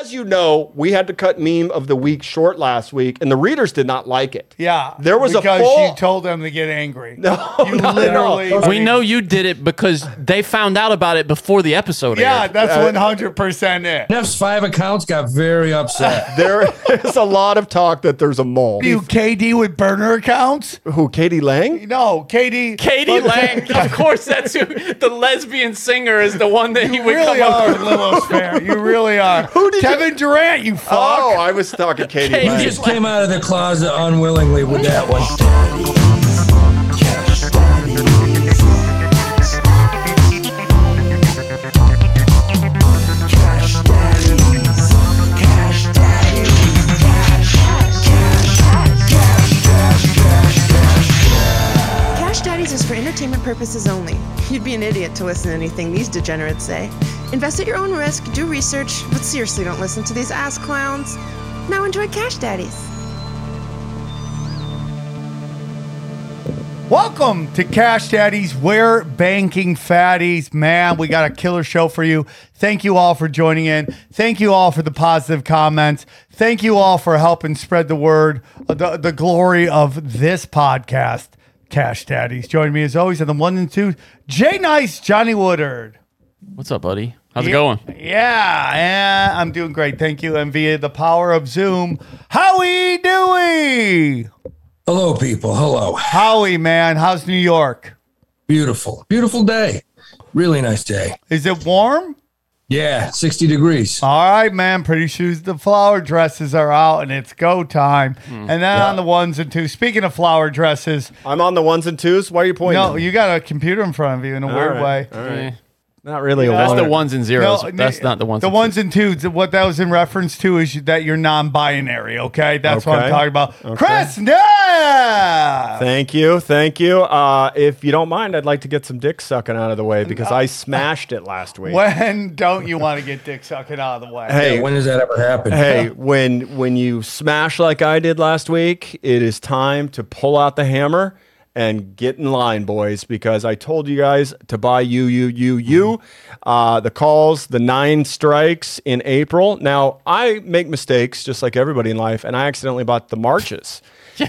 as you know, we had to cut meme of the week short last week, and the readers did not like it. Yeah, There was a because full- you told them to get angry. Oh, No, you not at all. literally. We know you did it because they found out about it before the episode. Yeah, aired. that's one hundred percent it. Neff's five accounts got very upset. There is a lot of talk that there's a mole. You KD with burner accounts? Who? Katie Lang? No, KD. Katie Lang, of course, that's who the lesbian singer is the one that he You would really come are up a little fair. You really are. Who did you- Kevin Durant? You fuck. Oh, I was talking Katie Katie- Lang. He just came out of the closet unwillingly with that one. Cash Daddies is for entertainment purposes only. You'd be an idiot to listen to anything these degenerates say. Invest at your own risk, do research, but seriously don't listen to these ass clowns. Now enjoy Cash Daddies. Welcome to Cash Daddies. We're banking fatties. Man, we got a killer show for you. Thank you all for joining in. Thank you all for the positive comments. Thank you all for helping spread the word, uh, the, the glory of this podcast, Cash Daddies. Join me as always on the one and two, Jay Nice, Johnny Woodard. with. What's up, buddy? How's it going? Yeah, yeah, I'm doing great. Thank you. And via the power of Zoom, Howie Dewey. Hello, people. Hello. Howie, man, how's New York? Beautiful. Beautiful day. Really nice day. Is it warm? Yeah, 60 degrees. All right, man. Pretty shoes. The flower dresses are out, and it's go time. And then on the ones and twos. Speaking of flower dresses, I'm on the ones and twos. Why are you pointing? no, you got a computer in front of you in a weird right. Uh, way. Eh, not really. That's the one. ones and No, zeros. that's n- not the ones. The and ones and twos. What that was in reference to is that you're non-binary. Okay, that's what I'm Okay. talking about. Chris, Neff! Thank you, thank you. Uh, if you don't mind, I'd like to get some dick sucking out of the way because Uh, I smashed it last week. When don't you want to get dick sucking out of the way? Hey, When does that ever happen? hey, when when you smash like I did last week, it is time to pull out the hammer and get in line, boys, because I told you guys to buy you, you, you, you. Uh, the calls, the nine strikes in April. Now I make mistakes just like everybody in life, and I accidentally bought the marches.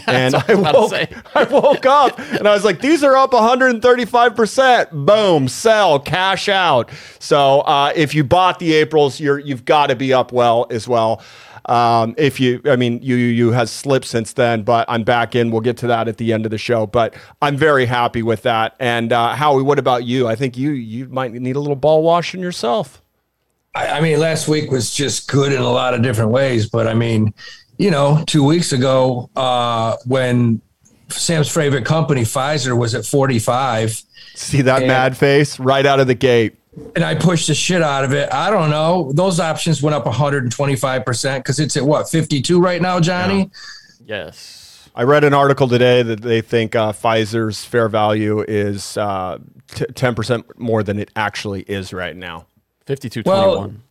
and what I I was about to woke, say. I woke up and I was like, these are up 135%. Boom, sell, cash out. So uh, if you bought the Aprils, you're, you've got to be up well as well. Um, if you, I mean, you, you, you has slipped since then, but I'm back in. We'll get to that at the end of the show, but I'm very happy with that. And uh, Howie, what about you? I think you, you might need a little ball washing yourself. I, I mean, last week was just good in a lot of different ways, but I mean, you know, two weeks ago, uh, when Sam's favorite company, Pfizer, was at 45, See that mad face right out of the gate. and I pushed the shit out of it. I don't know. Those options went up 125% because it's at what, 52 right now, Johnny? twos. Yes. I read an article today that they think uh, Pfizer's fair value is uh, t- 10% more than it actually is right now. Fifty-two Well, twenty-one.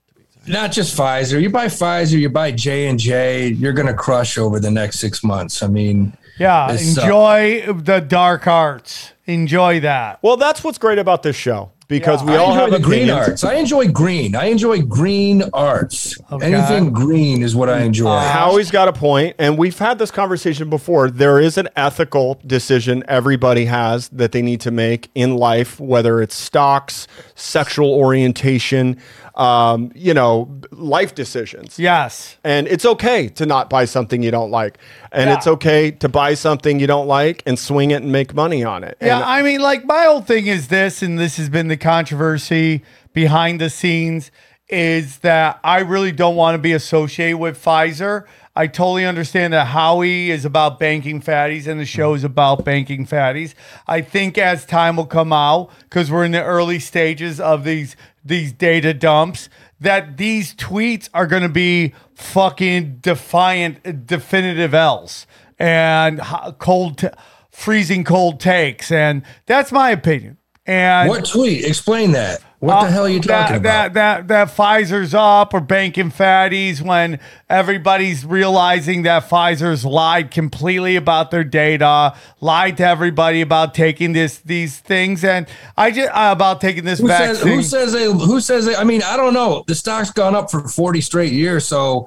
not just Pfizer. You buy Pfizer, you buy J and J. You're going to crush over the next six months. I mean, yeah, This sucks. enjoy the dark arts. Enjoy that. Well, that's what's great about this show because we I all enjoy have the green opinions. arts. I enjoy green. I enjoy green arts. Anything green is what I enjoy. Howie's got a point, and we've had this conversation before. There is an ethical decision everybody has that they need to make in life, whether it's stocks, sexual orientation, um, you know, life decisions. Yes. And it's okay to not buy something you don't like. And Yeah. it's okay to buy something you don't like and swing it and make money on it. Yeah, And I mean, like my whole thing is this, and this has been the controversy behind the scenes, is that I really don't want to be associated with Pfizer. I totally understand that Howie is about banking fatties and the show is about banking fatties. I think as time will come out, because we're in the early stages of these these data dumps, that these tweets are gonna be fucking defiant definitive L's and ho- cold t- freezing cold takes and that's my opinion and What tweet? Explain Uh, that. What the hell are you that- talking that, about? That, that Pfizer's up or banking fatties when everybody's realizing that Pfizer's lied completely about their data, lied to everybody about taking this these things, and I just uh, about taking this who vaccine. says who says they who says they I mean, I don't know. The stock's gone up for 40 straight years, so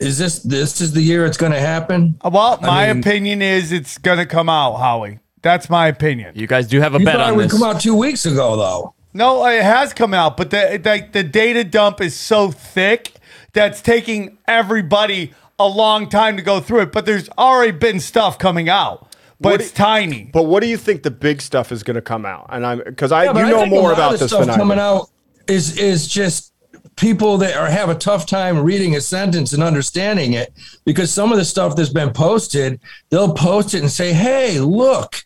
is this this is the year it's going to happen? well, my mean- opinion is it's gonna come out, Howie. That's my opinion. You guys do have a You bet thought it on would this. come out 2 weeks ago though. No, it has come out, but the like the data dump is so thick that's taking everybody a long time to go through it. But there's already been stuff coming out, but What it's do- tiny. But what do you think the big stuff is going to come out? And I'm because I Yeah, but you I know think a lot more of about the this than I. coming do. out is is just people that are have a tough time reading a sentence and understanding it because some of the stuff that's been posted, they'll post it and say, "Hey, look."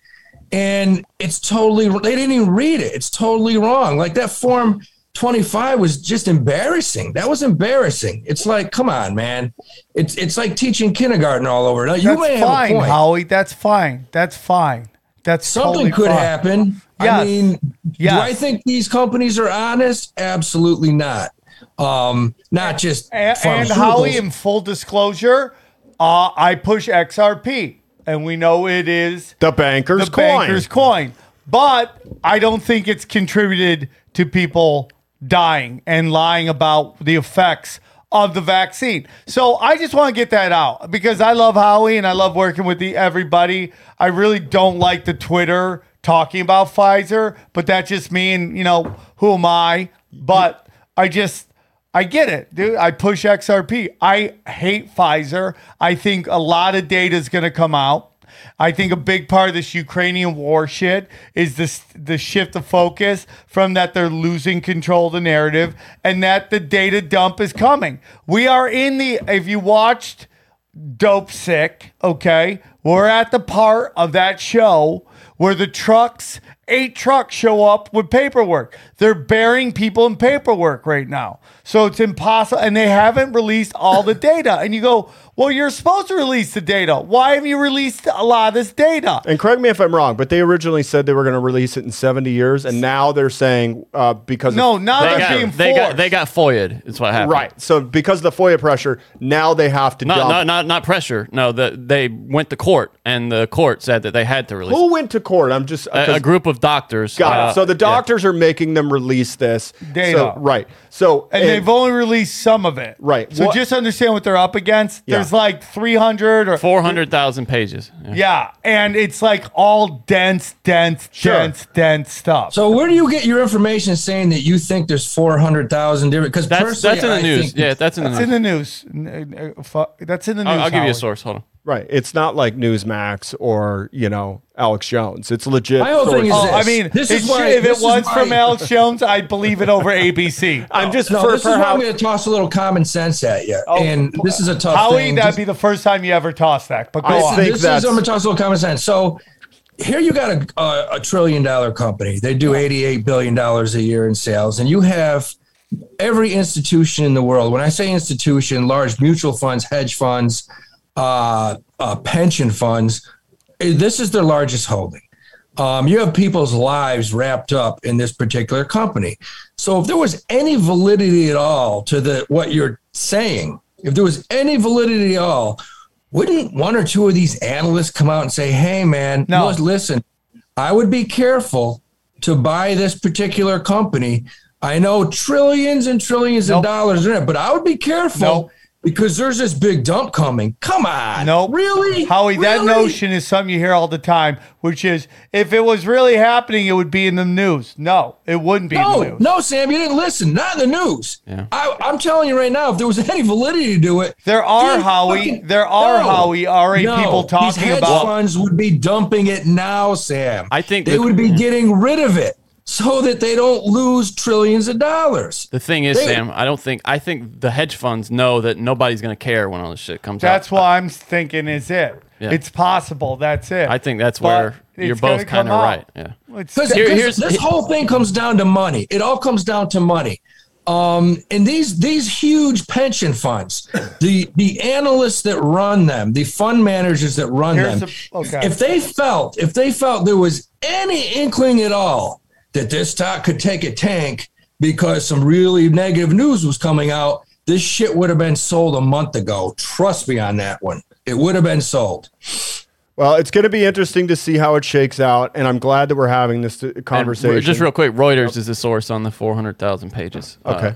And it's totally they didn't even read it. It's totally wrong. Like that form 25 was just embarrassing. That was embarrassing. It's like, come on, man. It's it's like teaching kindergarten all over. Now, you may That's have fine, a point. Howie. That's fine. That's fine. That's Something totally could fine. happen. I Yes. mean, Yes. do I think these companies are honest? Absolutely not. Um, not just A- And, pharmaceuticals. Howie, in full disclosure, uh, I push XRP, and we know it is The banker's the coin. banker's coin. But I don't think it's contributed to people dying and lying about the effects of the vaccine. So I just want to get that out because I love Howie and I love working with the everybody. I really don't like the Twitter talking about Pfizer, but that's just me and you know, who am I? But I just I get it, dude. I push XRP. I hate Pfizer. I think a lot of data is going to come out. I think a big part of this Ukrainian war shit is this the shift of focus from that they're losing control of the narrative and that the data dump is coming. We are in the if you watched Dope Sick, okay? We're at the part of that show where the trucks, eight trucks show up with paperwork. They're burying people in paperwork right now. So it's impossible. And they haven't released all the data. And you go, well, you're supposed to release the data. Why have you released a lot of this data? and correct me if I'm wrong, but they originally said they were going to release it in 70 years, and now they're saying uh, because of- No, now They they're being got, forced. they got they got foiled. It's what happened. right. So because of the FOIA pressure, now they have to Not, dump. not not not pressure. No, the, they went to court, and the court said that they had to release Who went to court? I'm just uh, a, a 'cause- group of doctors. Got uh, it. So the yeah. doctors are making them release this Data. So, right. So and they've only released some of it. Right. So What- just understand what they're up against. Yeah. There's like 300 or four hundred thousand pages. Yeah. Yeah, and it's like all dense, dense, Sure. dense, dense stuff. So where do you get your information saying that you think there's four hundred thousand different? Because That's personally, that's in the I news. think- Yeah, that's in the that's news. in the news. N- uh, fu- That's in the news. I'll, I'll give you Howard. a source. Hold on. right. It's not like Newsmax or you know Alex Jones. It's legit. My whole thing is sources. Oh, I This- mean, this it is should- why- if this it is was from why- Alex Jones, I'd believe it over ABC. I'm just No, for, this for is why how I'm going to toss a little common sense at you, and this is a tough Howie, thing. Oh, that'd Just- be the first time you ever toss that. But go I on. think this that's- is I'm gonna talk a little common sense. So here you got a, a, a trillion dollar company. They do 88 billion dollars a year in sales, and you have every institution in the world. When I say institution, large mutual funds, hedge funds, uh, uh, pension funds. eh, This is their largest holding. Um, you have people's lives wrapped up in this particular company. So if there was any validity at all to the what you're saying, if there was any validity at all, wouldn't one or two of these analysts come out and say, "Hey, man, No. lis- listen, I would be careful to buy this particular company. I know trillions and trillions of dollars in it, but I would be careful." Nope. Because there's this big dump coming. Come on. Nope. Really? Howie, that Really? notion is something you hear all the time, which is if it was really happening, it would be in the news. No, it wouldn't be in the No, news. no, Sam, you didn't listen. Not in the news. I, I'm telling you right now, if there was any validity to it, There are, these Howie, fucking- there are, No. Howie, already No. people these talking hedge about. funds would be dumping it now, Sam. I think they that- would be getting rid of it so that they don't lose trillions of dollars. The thing is, They- Sam, I don't think I think the hedge funds know that nobody's gonna care when all this shit comes That's out. what I'm thinking is it. Yeah. It's possible. That's it. I think that's But where you're it's gonna both come kind of out. right. Yeah. It's- Because Here- here's- this whole thing comes down to money. It all comes down to money. Um, and these these huge pension funds, the the analysts that run them, the fund managers that run Here's them, a- okay. if they felt if they felt there was any inkling at all that this stock could take a tank, because some really negative news was coming out. This shit would have been sold a month ago. Trust me on that one. It would have been sold. Well, it's going to be interesting to see how it shakes out, and I'm glad that we're having this uh, And conversation. Um, Just real uh, quick, Reuters is the source on the 400,000 pages. Okay.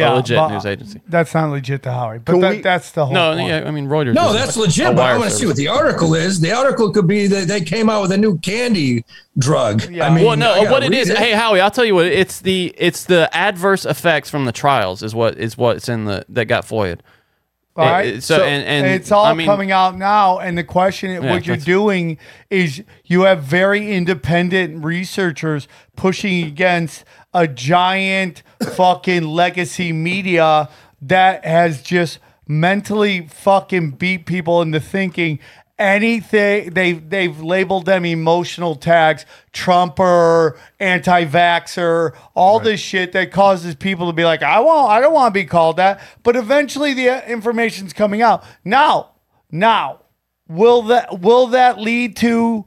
a legit but news agency. That's not legit to Howie, but Can that, we- that's the whole. No, point. yeah, I mean Reuters. is No, that's a- a legit. But I wire want to see service. what the article is. The article could be that they came out with a new candy drug. Yeah. I mean, Well, I no, uh, gotta what it read is. Hey, Howie, I'll tell you what. It's the it's the adverse effects from the trials is what is what's in the that got foiled. All right. It- it- so- and- and, it's all I mean- coming out now. And the question, what you're that's- doing is you have very independent researchers pushing against a giant fucking legacy media that has just mentally fucking beat people into thinking anything they've they've labeled them emotional tags trumper anti-vaxxer all this shit that causes people to be like i won't i don't want to be called that but eventually the uh, information's coming out now now will that will that lead to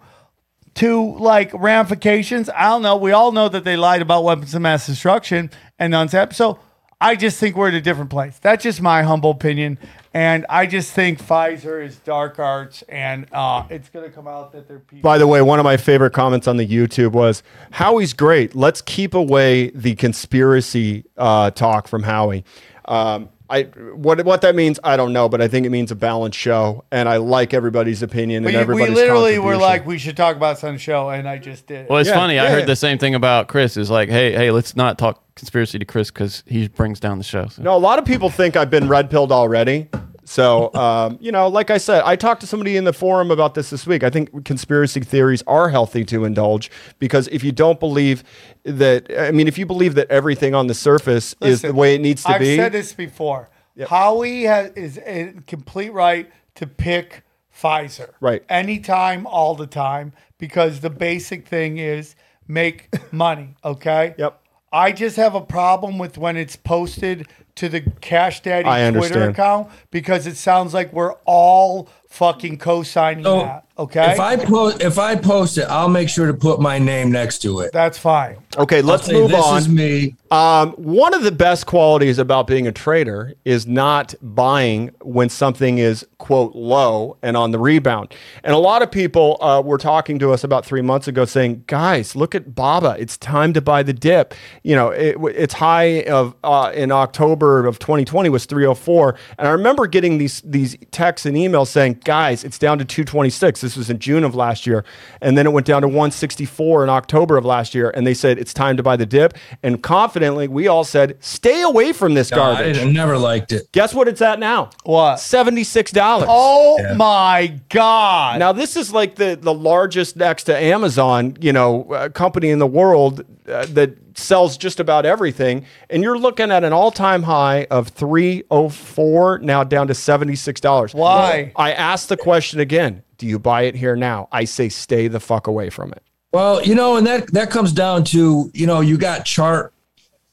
to like ramifications i don't know we all know that they lied about weapons of mass destruction and unsap so i just think we're at a different place that's just my humble opinion and i just think pfizer is dark arts and uh, it's going to come out that they're people By the way, one of my favorite comments on the YouTube was Howie's great. Let's keep away the conspiracy uh, talk from Howie. Um, I what what that means, I don't know, but I think it means a balanced show, and I like everybody's opinion and we, we everybody's. literally were contribution. like we should talk about some show and i just did Well, it's Yeah, funny. I yeah, heard yeah. the same thing about Chris. Is like, hey, hey, let's not talk conspiracy to Chris because he brings down the show. So. No, a lot of people think I've been red pilled already. So, um, you know, like I said, I talked to somebody in the forum about this this week. I think conspiracy theories are healthy to indulge because if you don't believe that, I mean, if you believe that everything on the surface is the Listen, way it needs to I've be, said this before. Howie has, is in complete right to pick Pfizer. Right. Anytime, all the time, because the basic thing is make money. Okay. Yep. I just have a problem with when it's posted to the Cash Daddy I Twitter understand. account because it sounds like we're all fucking co-signing So, that. Okay. If I post, if I post it, I'll make sure to put my name next to it. That's fine. okay, let's Say, move this on. is me. Um, one of the best qualities about being a trader is not buying when something is quote low and on the rebound. And a lot of people uh, were talking to us about three months ago, saying, "Guys, look at Baba. It's time to buy the dip. You know, it, it's high of uh, in October of 2020 was 304, and I remember getting these these texts and emails saying, "Guys, it's down to 226. This was in June of last year, and then it went down to 164 in October of last year, and they said it's time to buy the dip. And confidently, we all said, "Stay away from this I garbage." didn't- never liked it. Guess what it's at now? What? Seventy six dollars. Oh my God. Now this is like the the largest next to Amazon, you know, uh, company in the world uh, that sells just about everything, and you're looking at an all time high of three oh four, now down to seventy six dollars. Why? I asked the question again. Do you buy it here now? I say stay the fuck away from it. Well, you know, and that that comes down to you know you got chart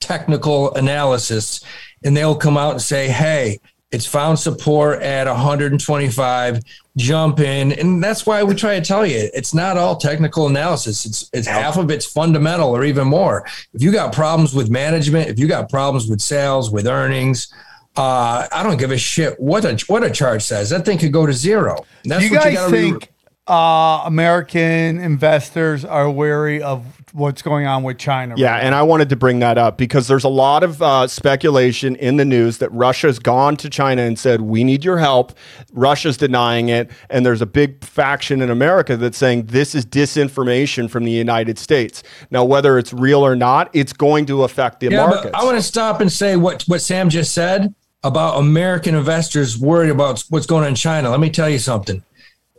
technical analysis, and they'll come out and say, hey. It's found support at 125. Jump in, and that's why we try to tell you it's not all technical analysis. It's it's half of it's fundamental, or even more. If you got problems with management, if you got problems with sales, with earnings, uh, I don't give a shit what a what a chart says. That thing could go to zero. And That's Do you what guys you gotta re- think uh, American investors are wary of what's going on with China? Yeah, and I wanted to bring that up because there's a lot of uh, speculation in the news that Russia's gone to China and said, "We need your help." Russia's denying it, and there's a big faction in America that's saying this is disinformation from the United States. Now, whether it's real or not, it's going to affect the Yeah, markets. but I want to stop and say what what Sam just said about American investors worried about what's going on in China. Let me tell you something.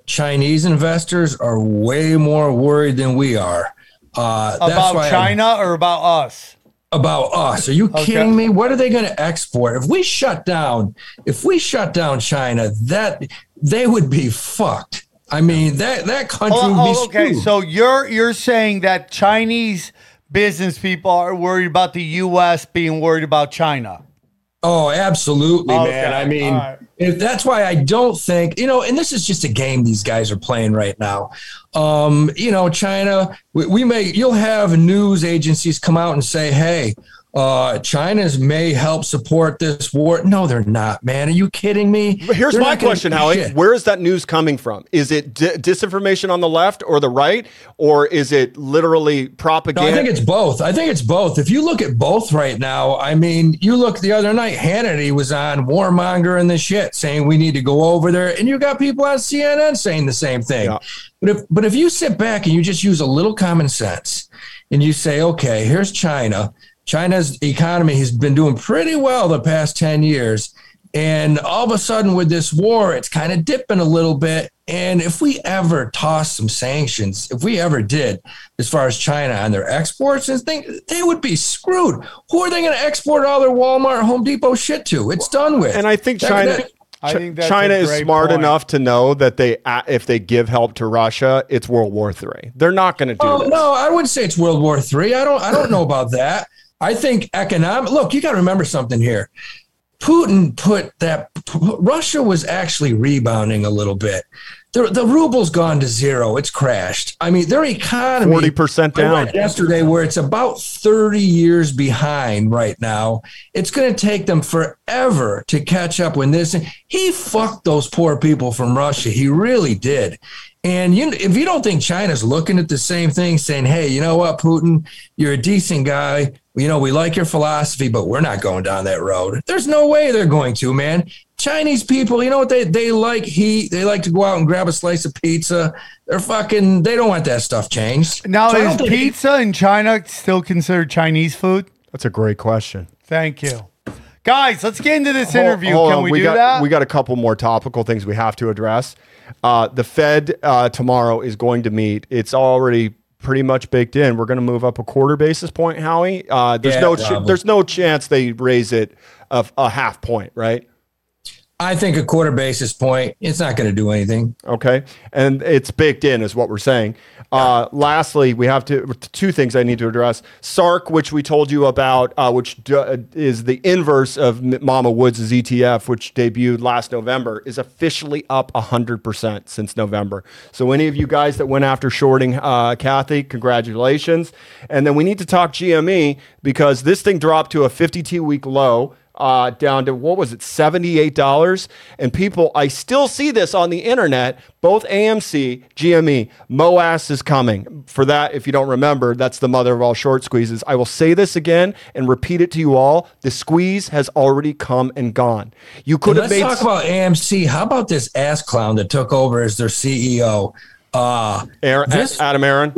Chinese investors are way more worried than we are. Uh, that's about why I- China or about us? about us. Are you kidding me? What are they going to export? If we shut down, if we shut down China, that they would be fucked. I mean, that that country Oh, would be oh, okay, screwed. so you're you're saying that Chinese business people are worried about the U.S. being worried about China? Oh, absolutely, Okay, man. I mean, all right. If that's why I don't think, you know, and this is just a game these guys are playing right now. Um, you know, China, we, we may, you'll have news agencies come out and say, hey, uh, China's may help support this war. No, they're not, man. Are you kidding me? But here's They're my not gonna question, do Howie. shit. Where is that news coming from? Is it di disinformation on the left or the right, or is it literally No, propaganda? I think it's both. I think it's both. If you look at both right now, I mean, you look the other night, Hannity was on warmonger and the shit saying we need to go over there. And you got people on CNN saying the same thing. Yeah. But if, but if you sit back and you just use a little common sense and you say, okay, here's China. China's economy has been doing pretty well the past 10 years. And all of a sudden, with this war, it's kind of dipping a little bit. And if we ever toss some sanctions, if we ever did, as far as China on their exports and things, they would be screwed. Who are they going to export all their Walmart, Home Depot shit to? It's done with. and I think That- China. that- I Chi- think that's China a is great smart point. enough to know that they, uh, if they give help to Russia, it's World War Three. They're not going to do Oh, this. no, I wouldn't say it's World War Three. I don't. I don't know about that. I think economic. Look, you got to remember something here. Putin put that. Russia was actually rebounding a little bit. The, the ruble's gone to zero. It's crashed. I mean, their economy 40% I read down. yesterday, where it's about thirty years behind right now. It's going to take them forever to catch up. When this, he fucked those poor people from Russia. He really did. And you, if you don't think China's looking at the same thing, saying, "Hey, you know what, Putin, you're a decent guy. You know, we like your philosophy, but we're not going down that road." There's no way they're going to, man. Chinese people, you know what they they like heat. They like to go out and grab a slice of pizza. They're fucking. They don't want that stuff changed. Now, So I is don't think- pizza in China still considered Chinese food? That's a great question. Thank you. Guys, let's get into this interview. Hold- hold Can on. we, do got, that? We got a couple more topical things we have to address. Uh, the Fed uh, tomorrow is going to meet. It's already pretty much baked in. We're going to move up a quarter basis point, Howie. Uh, there's Yeah, no ch- probably. there's no chance they raise it a, a half point, right? I think a quarter basis point. It's not going to do anything. Okay, and it's baked in, is what we're saying. Uh, lastly, we have to two things I need to address: SARC, which we told you about, uh, which d- is the inverse of M- Mama Woods' ETF, which debuted last November, is officially up hundred percent since November. So, any of you guys that went after shorting uh, Kathy, congratulations! And then we need to talk GME because this thing dropped to a fifty-two week low uh, down to what was it, seventy-eight dollars? And people, I still see this on the internet. Both AMC, GME, E, Moas is coming. For that, if you don't remember, that's the mother of all short squeezes. I will say this again and repeat it to you all: the squeeze has already come and gone. You could have Let's made. talk about AMC. How about this ass clown that took over as their CEO? Uh, Aaron, this- Adam Aaron.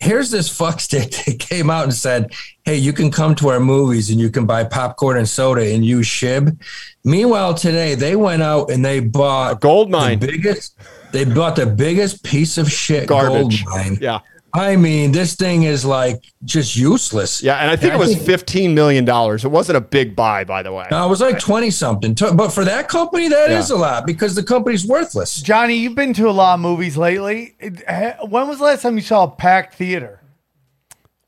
here's this fuckstick that came out and said, "Hey, you can come to our movies and you can buy popcorn and soda and use shib." Meanwhile, today they went out and they bought gold the mine. biggest. They bought the biggest piece of shit Garbage. gold mine. Yeah. I mean, this thing is like just useless. Yeah, and I think it I was think- fifteen million dollars. It wasn't a big buy, by the way. No, it was like 20 something. To- But for that company, that is Yeah. a lot because the company's worthless. Johnny, you've been to a lot of movies lately. It- ha- When was the last time you saw a packed theater?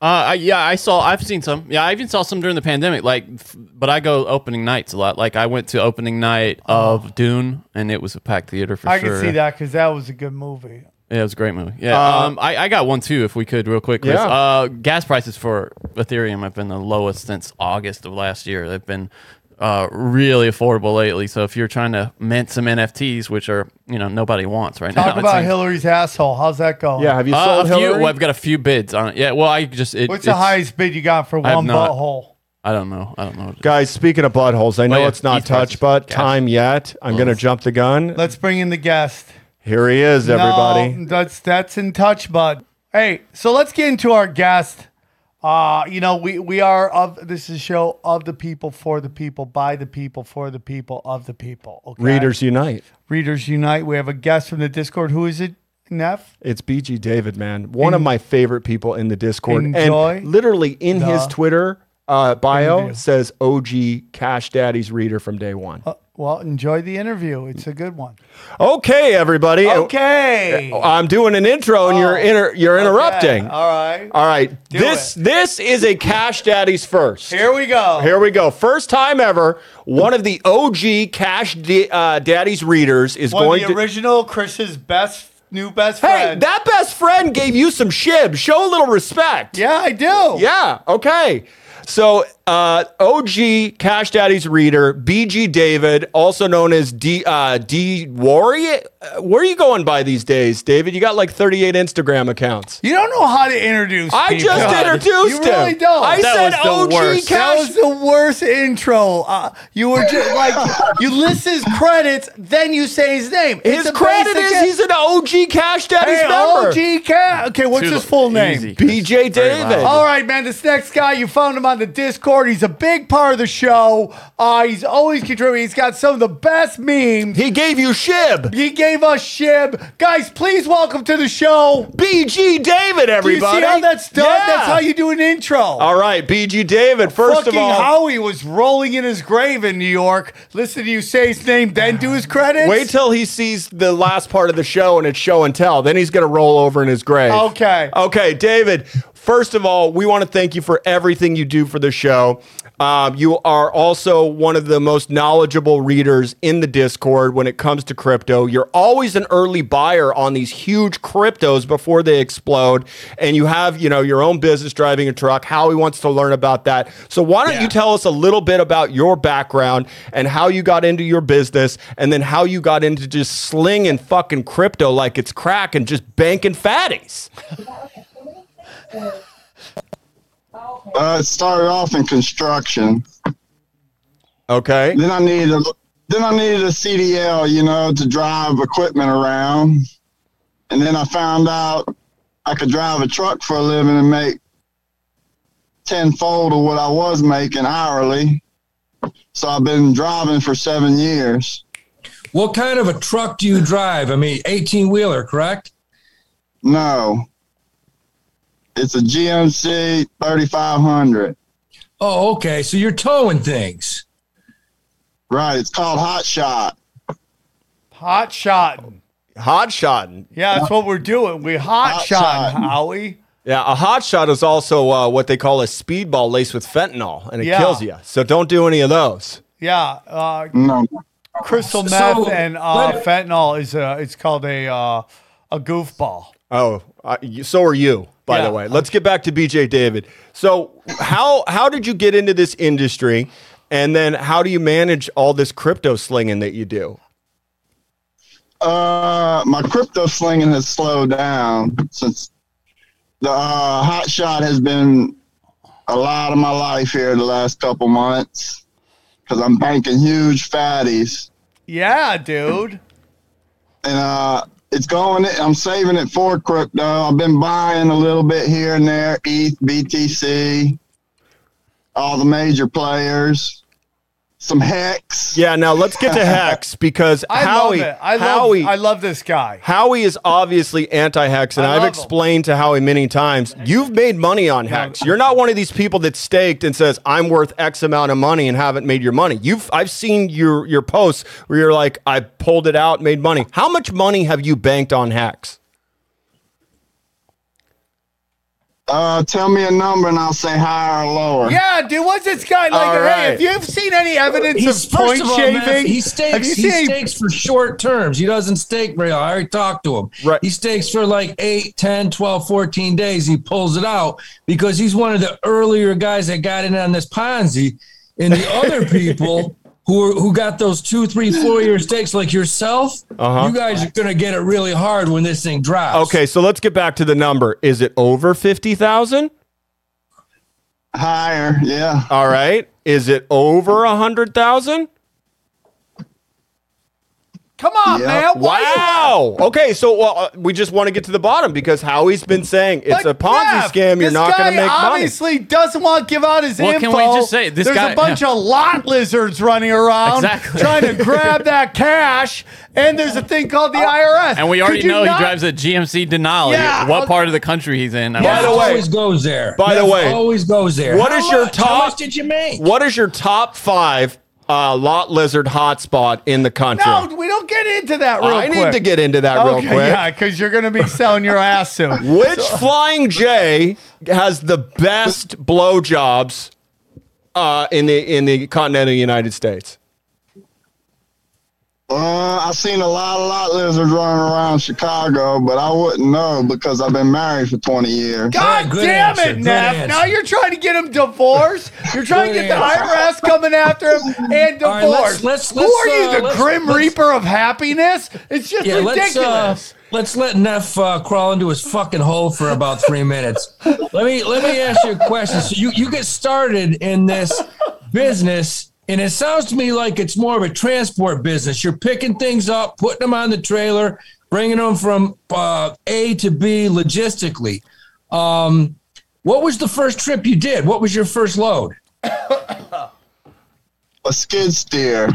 Uh, I, yeah, I saw. I've seen some. Yeah, I even saw some during the pandemic. Like, f- but I go opening nights a lot. Like, I went to opening night of Dune, and it was a packed theater for Uh-huh. I sure. can see that Uh, because that was a good movie. Yeah, it was a great movie. Yeah. um, I, I got one too, if we could, real quick. Chris. Yeah. Uh, gas prices for Ethereum have been the lowest since August of last year. They've been uh, really affordable lately. So if you're trying to mint some NFTs, which are you know nobody wants right now, Talk it about seems- Hillary's asshole. How's that going? Yeah, have you Uh, sold a few, Hillary? well, I've got a few bids on it. Yeah. Well, I just it, What's the it's- highest bid you got for have one not. butthole? I don't know. I don't know. Guys, speaking of buttholes, Oh, I know yeah, it's not Keith versus touch butt Cass. time yet. I'm going to jump the gun. Let's bring in the guest. Here he is, everybody. No, that's that's in touch, bud. Hey, so let's get into our guest. Uh, you know, we we are of this is a show of the people, for the people, by the people, for the people, of the people. Okay. Readers Unite. Readers Unite. We have a guest from the Discord. Who is it, Neff? It's BG David, man. One of my favorite people in the Discord. Enjoy and literally in his the Twitter uh, bio interview. Uh, says OG Cash Daddy's reader from day one. Well, enjoy the interview. It's a good one. Okay, everybody. Okay. I'm doing an intro and you're inter- you're oh, interrupting. Yeah, all right. All right. This it. this is a Cash Daddies first. Here we go. Here we go. First time ever, one of the OG Cash D- uh, Daddies readers is one going of the to. original Chris's best new best hey, friend. that best friend gave you some shib. Show a little respect. yeah, I do. Yeah. Okay. So, uh, OG Cash Daddy's reader, BG David, also known as D uh, D Warrior. Where are you going by these days, David? You got like 38 Instagram accounts. You don't know how to introduce. I people. just introduced You him. really don't. I That said was the OG worst. That Cash. was the worst intro. Uh, you were just like you list his credits, then you say his name. his a credit basic- is he's an OG Cash Daddy's hey, member. OG Ca- Okay, what's Too his full name? easy. BJ It's very loud. David. All right, man. This next guy, you found him on the Discord. He's a big part of the show. Uh, he's always contributing. He's got some of the best memes. He gave you shib. He gave us shib. Guys, please welcome to the show. BG David, Do you see everybody. how that's done? Yeah. That's how you do an intro. All right, BG David. First Fucking of all, Howie was rolling in his grave in New York. Listen to you say his name, then do his credits. Wait till he sees the last part of the show and it's show and tell. Then he's going to roll over in his grave. Okay. Okay, David, first of all, we want to thank you for everything you do for the show. Um, you are also one of the most knowledgeable readers in the Discord when it comes to crypto. You're always an early buyer on these huge cryptos before they explode, and you have you know your own business driving a truck. Howie wants to learn about that, so why don't you tell us a little bit about your background and how you got into your business, and then how you got into just slinging fucking crypto like it's crack and just banking fatties. Uh, it started off in construction. Okay. Then I needed a, then I needed a CDL, you know, to drive equipment around. And then I found out I could drive a truck for a living and make tenfold of what I was making hourly. So I've been driving for seven years. What kind of a truck do you drive? I mean, 18 wheeler, correct? No, it's a GMC 3500. Oh, okay. So you're towing things. Right, it's called Hot Shot. Hot shot. Hot shotting. Yeah, that's what we're doing. We hot, Hot shot, shotting. Howie. Yeah, a hot shot is also uh, what they call a speedball laced with fentanyl, and it Yeah. kills you. So don't do any of those. Yeah, uh, No, crystal meth So, and uh, let- fentanyl is a, it's called a uh, a goofball. Oh, uh, you- so are you, by Yeah. the way. Let's get back to BJ David. So how how did you get into this industry, and then how do you manage all this crypto slinging that you do? Uh, my crypto slinging has slowed down since the uh, hot shot has been a lot of my life here the last couple months because I'm banking huge fatties Yeah, dude. and uh, it's going. I'm saving it for crypto. I've been buying a little bit here and there, E ETH, BTC, all the major players, some hex. Yeah, now let's get to Hex because I Howie love it. I love. Howie I love this guy. Howie is obviously anti-hex, and I I've love him. explained to Howie many times. You've made money on hex. You're not one of these people that's staked and says I'm worth X amount of money and haven't made your money. You've I've seen your your posts where you're like I pulled it out, made money. How much money have you banked on hex? Uh, tell me a number and I'll say higher or lower. Yeah, dude, what's this guy like? All hey, right. if you've seen any evidence He's of first point of all, shaving, man, he have you stakes. He seen? any- stakes for short terms. He doesn't stake very. I already talked to him. Right. He stakes for like 8, 10, 12, 14 days. He pulls it out because he's one of the earlier guys that got in on this Ponzi, and the other people. Who, are, who got those two, three, four year stakes like yourself? Uh-huh. You guys are gonna get it really hard when this thing drops. Okay, so let's get back to the number. Is it over fifty thousand? Higher, yeah. All right. Is it over a hundred thousand? Come on, Yeah. man. Why you- Wow. Okay, so well, uh, we just want to get to the bottom because Howie's been saying it's a Like, Ponzi Jeff, scam. You're this not going to guy make money. obviously doesn't want to give out his What info. can we just say? This There's guy- a bunch of lot lizards running around Exactly. trying to grab that cash, and there's a thing called the IRS. Oh, And we Could already you know not- he drives a GMC Denali. Yeah, what okay. part of the country he's in? I By don't the That know. way- always goes there. By the That way, always goes there. what What is is your How top- much did you make? What is your top five uh, lot lizard hotspot in the country. No, we don't get into that real I quick. need to get into that real Okay, quick. yeah, because you're going to be selling your ass soon. Which Flying J has the best blowjobs uh, in the in the continental United States? Uh, I've seen a lot of lot lizards running around Chicago, but I wouldn't know because I've been married for 20 years. God Good damn answer, it, good Neff. answer. Now you're trying to get him divorced. You're trying to Good get the IRS coming after him and divorced. All right, let's- let's- Who let's, are you, uh, the let's- Grim let's- Reaper of happiness? It's just Yeah, ridiculous. let's uh, let's let Neff uh, crawl into his fucking hole for about three minutes. Let me let me ask you a question. So you you get started in this business, and it sounds to me like it's more of a transport business. You're picking things up, putting them on the trailer, bringing them from uh, A to B logistically. Um, what was the first trip you did? What was your first load? A skid steer.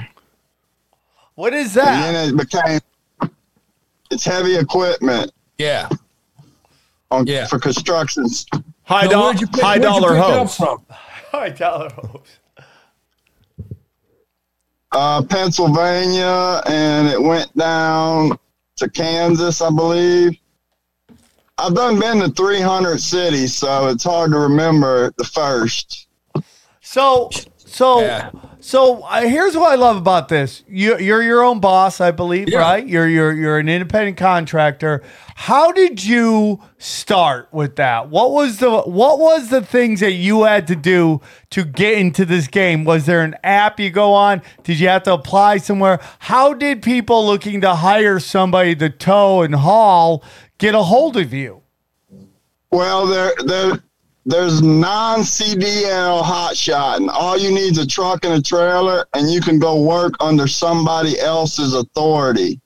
what is And that? then it became it's heavy equipment Yeah. on Yeah. for constructions. High, Now, doll- where'd you pick- high where'd you dollar pick it up hose. from? High dollar hopes. Uh, Pennsylvania, and it went down to Kansas, I believe. I've done been to 300 cities, so it's hard to remember the first. So, so, Yeah. so uh, here's what I love about this. You, you're your own boss, I believe, Yeah. right? You're you're you're an independent contractor. How did you start with that? What was the what was the things that you had to do to get into this game? Was there an app you go on? Did you have to apply somewhere? How did people looking to hire somebody to tow and haul get a hold of you? Well, there, there, there's non-CDL hot shot, and all you need is a truck and a trailer, and you can go work under somebody else's authority.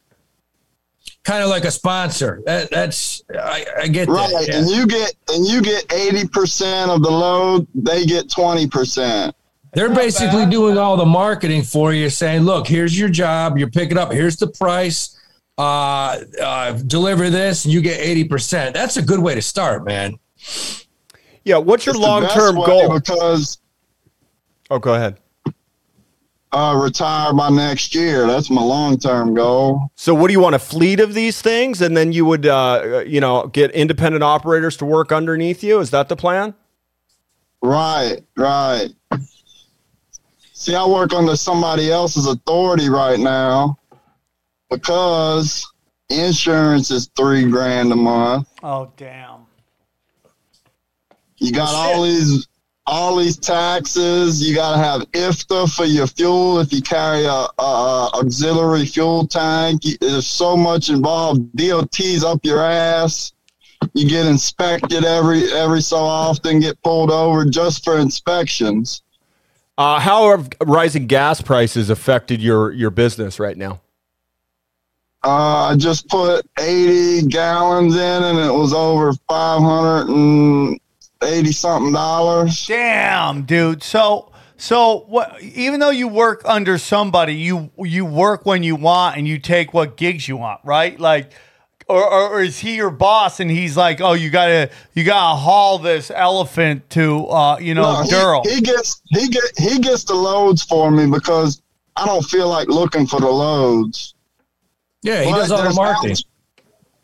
Kind of like a sponsor. That, that's I, I get Right, that. yeah. and you get and you get eighty percent of the load; they get twenty percent. They're basically doing all the marketing for you, saying, "Look, here's your job. You're picking up. Here's the price. Uh, uh, deliver this, and you get eighty percent." That's a good way to start, man. Yeah, what's your long term goal? because Oh, go ahead. uh, retire by next year. That's my long term goal. So, what do you want a fleet of these things, and then you would, uh, you know, get independent operators to work underneath you? Is that the plan? Right, right. See, I work under somebody else's authority right now because insurance is three grand a month. Oh damn. You got all these all these taxes. You got to have IFTA for your fuel if you carry a, a, a auxiliary fuel tank. You- There's so much involved. DOT's up your ass. You get inspected every every so often. Get pulled over just for inspections. Uh, how have rising gas prices affected your your business right now? Uh, I just put 80 gallons in, and it was over 580 something dollars. Damn, dude. So so what even though you work under somebody, you you work when you want and you take what gigs you want, right? Like or, or, or is he your boss and he's like, "Oh, you got to you got to haul this elephant to uh, you know, No, he- Durham." He, gets he get he gets the loads for me because I don't feel like looking for the loads. Yeah, he But does all the there's marketing. apps-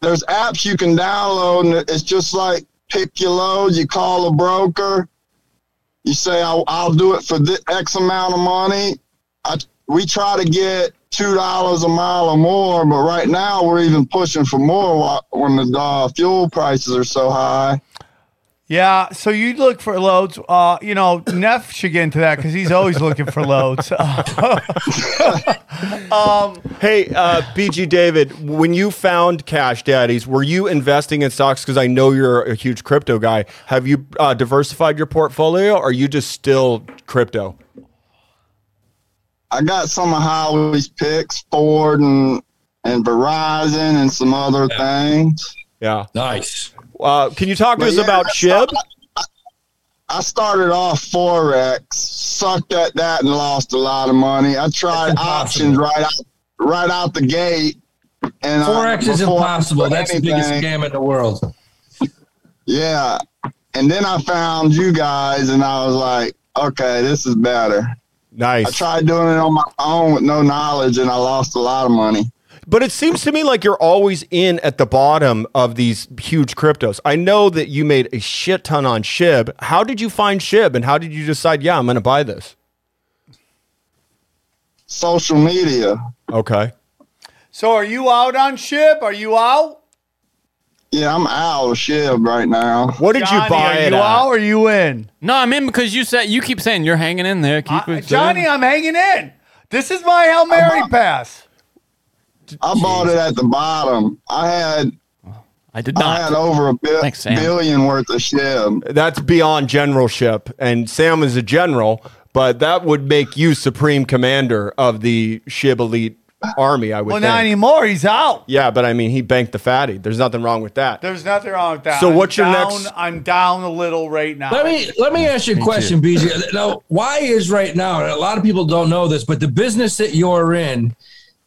there's apps you can download, and it's just like pick your load. You call a broker. You say I'll, I'll do it for this X amount of money. I we try to get two dollars a mile or more, but right now we're even pushing for more wha- when the uh, fuel prices are so high. Yeah, so you look for loads. Uh, you know, Neff should get into that because he's always looking for loads. Um, Hey, uh, BG David, when you found Cash Daddies, were you investing in stocks? Because I know you're a huge crypto guy. Have you uh, diversified your portfolio? Or are you just still crypto? I got some of Holly's picks, Ford and and Verizon and some other things. Yeah. Nice. Uh, can you talk to But us yeah, about that's Chip? I started off Forex, sucked at that and lost a lot of money. I tried That's impossible. options right out right out the gate. And I- Forex is before I impossible. put That's the biggest anything- scam in the world. Yeah. And then I found you guys and I was like, okay, this is better. I Nice. tried doing it on my own with no knowledge, and I lost a lot of money. But it seems to me like you're always in at the bottom of these huge cryptos. I know that you made a shit ton on SHIB. How did you find SHIB and how did you decide, yeah, I'm going to buy this? Social media. Okay. So are you out on ship? Are you out? Yeah, I'm out of SHIB right now. What did you Johnny, buy are it you at? out or are you in? No, I'm in because you said you keep saying you're hanging in there. Keep I- it- Uh, Johnny, I'm hanging in. This is my Hail Mary pass. I bought it at the bottom. I had I did I had not. over a bi- Thanks, Sam. billion worth of SHIB. That's beyond generalship. And Sam is a general, but that would make you supreme commander of the SHIB elite army, I would Well, think. not anymore. He's out. yeah, but I mean, he banked the fatty. There's nothing wrong with that. There's nothing wrong with that. So I'm what's your down- next- I'm down a little right now. Let me let me ask you a question, BJ. Now, why is right now? and A lot of people don't know this, but the business that you're in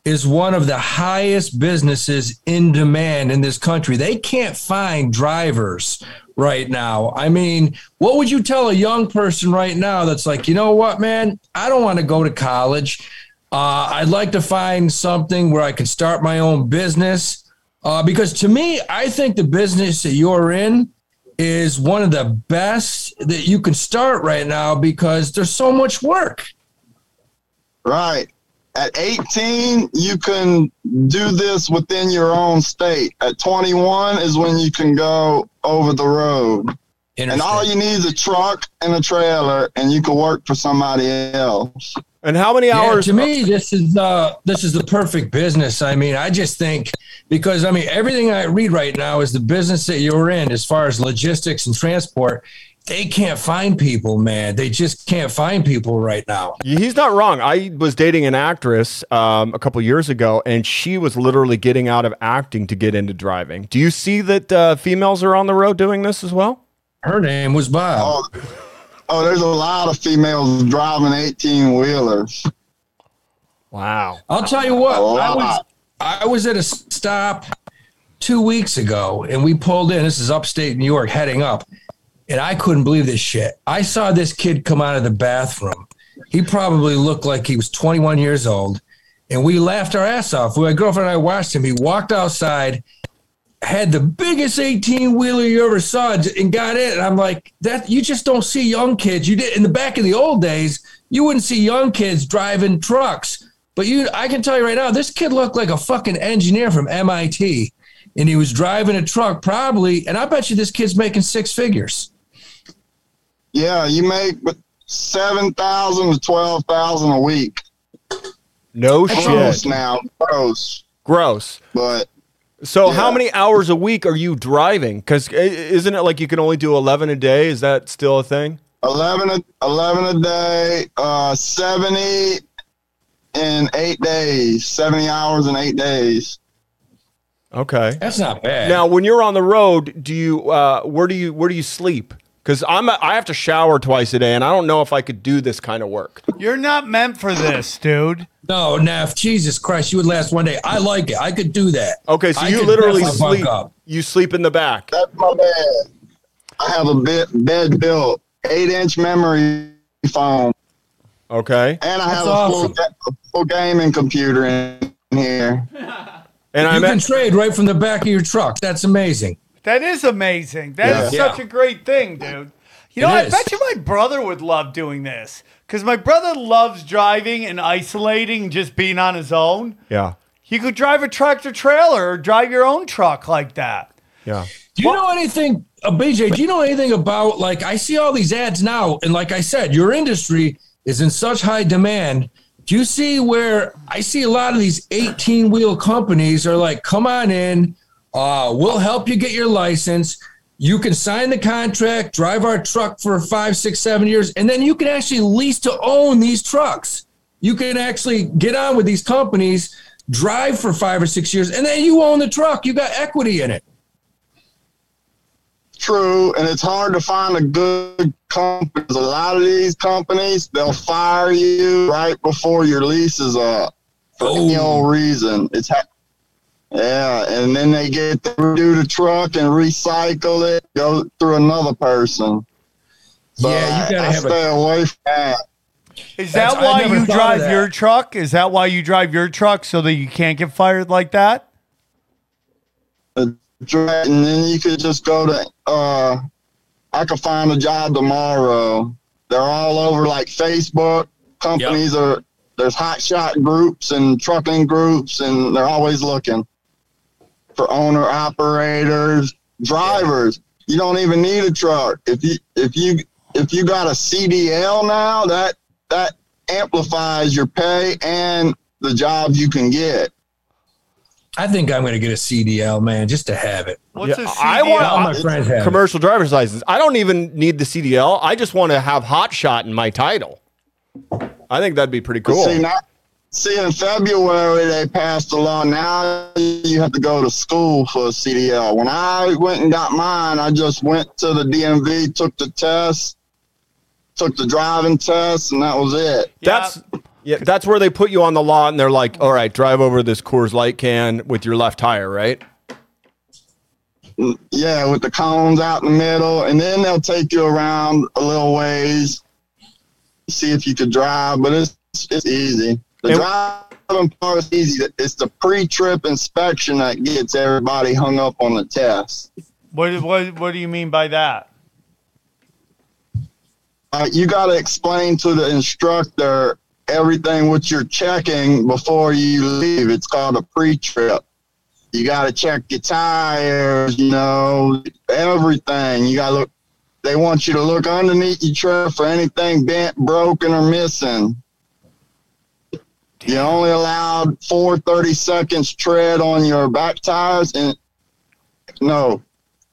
is one of the highest businesses in demand in this country. They can't find drivers right now. I mean, what would you tell a young person right now that's like, you know what, man, I don't want to go to college. Uh, I'd like to find something where I can start my own business. Uh, because to me, I think the business that you're in is one of the best that you can start right now because there's so much work. Right. At 18, you can do this within your own state. At 21 is when you can go over the road. And all you need is a truck and a trailer, and you can work for somebody else. And how many Yeah, hours? to me, this is uh, this is the perfect business. I mean, I just think because I mean everything I read right now is the business that you're in as far as logistics and transport. They can't find people, man. They just can't find people right now. He's not wrong. I was dating an actress um, a couple years ago, and she was literally getting out of acting to get into driving. Do you see that uh, females are on the road doing this as well? Her name was Bob. Oh, there's a lot of females driving 18 wheelers. Wow. I'll tell you what. A I was lot. I was at a stop two weeks ago, and we pulled in. This is upstate New York, heading up, and I couldn't believe this shit. I saw this kid come out of the bathroom. He probably looked like he was 21 years old, and we laughed our ass off. My girlfriend and I watched him. He walked outside, had the biggest 18 wheeler you ever saw, and got it. And I'm like, that you just don't see young kids. You did in the back in the old days, you wouldn't see young kids driving trucks. But you, I can tell you right now, this kid looked like a fucking engineer from MIT, and he was driving a truck probably. And I bet you this kid's making six figures. Yeah, you make but 7,000 to 12,000 a week. No Gross shit. now. Gross. Gross. But So, how Yeah. many hours a week are you driving? Because isn't it like you can only do 11 a day? Is that still a thing? 11 a, 11 a day, uh, 70 in eight days, 70 hours in eight days. Okay. That's not bad. Now, when you're on the road, do you uh, where do you where do you sleep? Because I'm I have to shower twice a day, and I don't know if I could do this kind of work. You're not meant for this, dude. no, Neff, Jesus Christ, you would last one day. I like it. I could do that. Okay, so I you could literally definitely bunk sleep. up. You sleep in the back. That's my bed. I have a bed, bed built, eight inch memory phone, Okay, and I have That's a, full, awesome. ga- a full gaming computer in here. and You I'm can at, trade right from the back of your truck. That's amazing. That is amazing. That is Yeah. such a great thing, dude. You know, It I is. bet you my brother would love doing this because my brother loves driving and isolating, and just being on his own. yeah, You could drive a tractor trailer or drive your own truck like that. yeah. Do you know anything, uh, BJ? Do you know anything about like I see all these ads now, and like I said, your industry is in such high demand. Do you see where I see a lot of these eighteen wheel companies are like, come on in, uh, we'll help you get your license. You can sign the contract, drive our truck for five, six, seven years, and then you can actually lease to own these trucks. You can actually get on with these companies, drive for five or six years, and then you own the truck. You got equity in it. True, and it's hard to find a good company. A lot of these companies, they'll fire you right before your lease is up for any Oh. old reason. It's ha- yeah, and then they get to redo the truck and recycle it, go through another person. So Yeah, you I, gotta I have a- stay away from that. Is That's- that I why never you thought of drive that. your truck? Is that why you drive your truck so that you can't get fired like that? Dre- and then you could just go to uh I could find a job tomorrow. They're all over like Facebook. Companies are there's hot shot groups and trucking groups and they're always looking for owner operators, drivers. You don't even need a truck. If you if you if you got a CDL now, that that amplifies your pay and the job you can get. I think I'm going to get a CDL, man, just to have it. What's Yeah, a I CDL? want- All my friends have it. Commercial driver's license. I don't even need the CDL. I just want to have hot shot in my title. I think that'd be pretty But cool. See, now, see, in February they passed a law. Now you have to go to school for a CDL. When I went and got mine, I just went to the DMV, took the test, took the driving test, and that was it. That's yeah, that's where they put you on the lot and they're like, "All right, drive over this Coors Light can with your left tire, right?" Yeah, with the cones out in the middle, and then they'll take you around a little ways, see if you could drive. But it's it's easy. The And- driving part is easy. It's the pre-trip inspection that gets everybody hung up on the test. What, what, what do you mean by that? uh, you got to explain to the instructor everything what you're checking before you leave. It's called a pre-trip. You got to check your tires, you know, everything. You got to look. They want you to look underneath your truck for anything bent, broken, or missing. You're only allowed four 30 seconds tread on your back tires and no,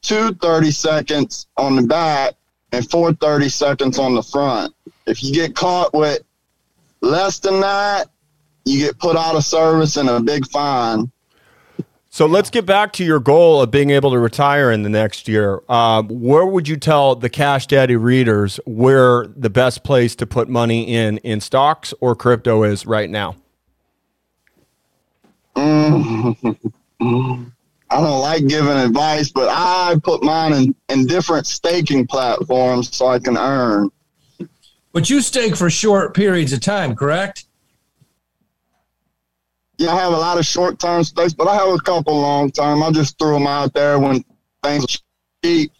two 30 seconds on the back and 430 seconds on the front. If you get caught with less than that, you get put out of service and a big fine. So let's get back to your goal of being able to retire in the next year. Um, where would you tell the Cash Daddy readers where the best place to put money in in stocks or crypto is right now? I don't like giving advice, but I put mine in, in different staking platforms so I can earn. But you stake for short periods of time, correct? Yeah, I have a lot of short term stakes, but I have a couple long term. I just threw them out there when things were cheap.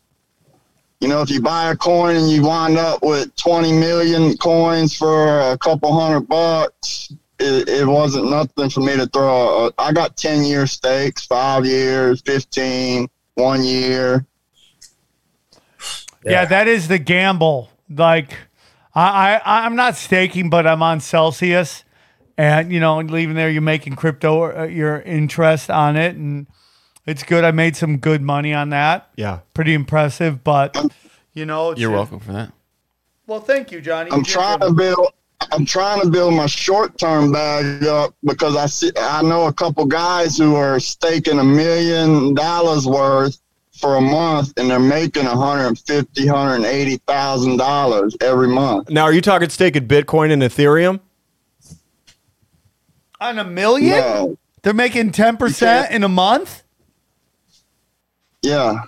You know, if you buy a coin and you wind up with 20 million coins for a couple hundred bucks, it, it wasn't nothing for me to throw. a- I got 10 year stakes, five years, 15, one year. Yeah, that is the gamble. Like, I, I, I'm not staking, but I'm on Celsius, and you know, and leaving there, you're making crypto uh, your interest on it, and it's good. I made some good money on that. Yeah. pretty impressive. But you know, it's, You're welcome for that. Well, thank you, Johnny. I'm trying to build. I'm trying to build my short term bag up because I see. I know a couple guys who are staking a million dollars worth for a month, and they're making 150, 180 thousand dollars every month. Now, are you talking stake in Bitcoin and Ethereum? on a million. Yeah, They're making ten percent in a month. yeah.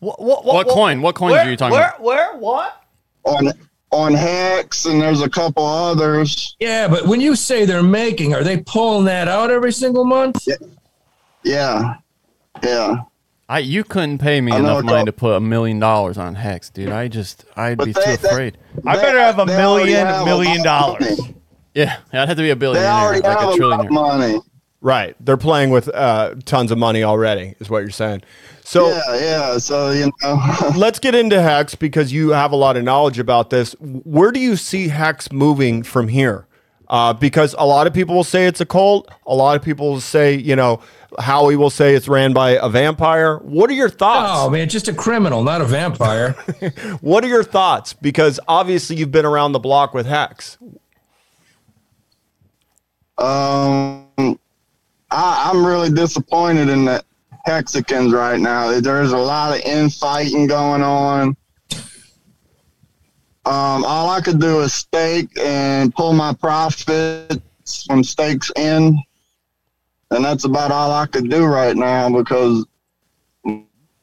What, what, What coin? What coins are you talking where, about? Where? Where? What? On on Hex, and there's a couple others. Yeah, but when you say they're making, are they pulling that out every single month? Yeah, yeah. I you couldn't pay me I know enough it money don't- to put a million dollars on Hex, dude. I just I'd But be they- too they- afraid. I They- better have a they already million, have million lot of dollars. money. Yeah, I'd have to be a They billionaire, already like have a a lot of trillionaire. money. Right. They're playing with uh, tons of money already, is what you're saying. So Yeah, yeah. So you know. let's get into Hex because you have a lot of knowledge about this. Where do you see Hex moving from here? Uh, because a lot of people will say it's a cult. A lot of people will say, you know, Howie will say it's ran by a vampire. What are your Oh thoughts? man, just a criminal, not a vampire. What are your thoughts? Because obviously you've been around the block with Hex. Um, I, I'm really disappointed in the Hexicans right now. There's a lot of infighting going on. Um, all I could do is stake and pull my profits from stakes in, and that's about all I could do right now because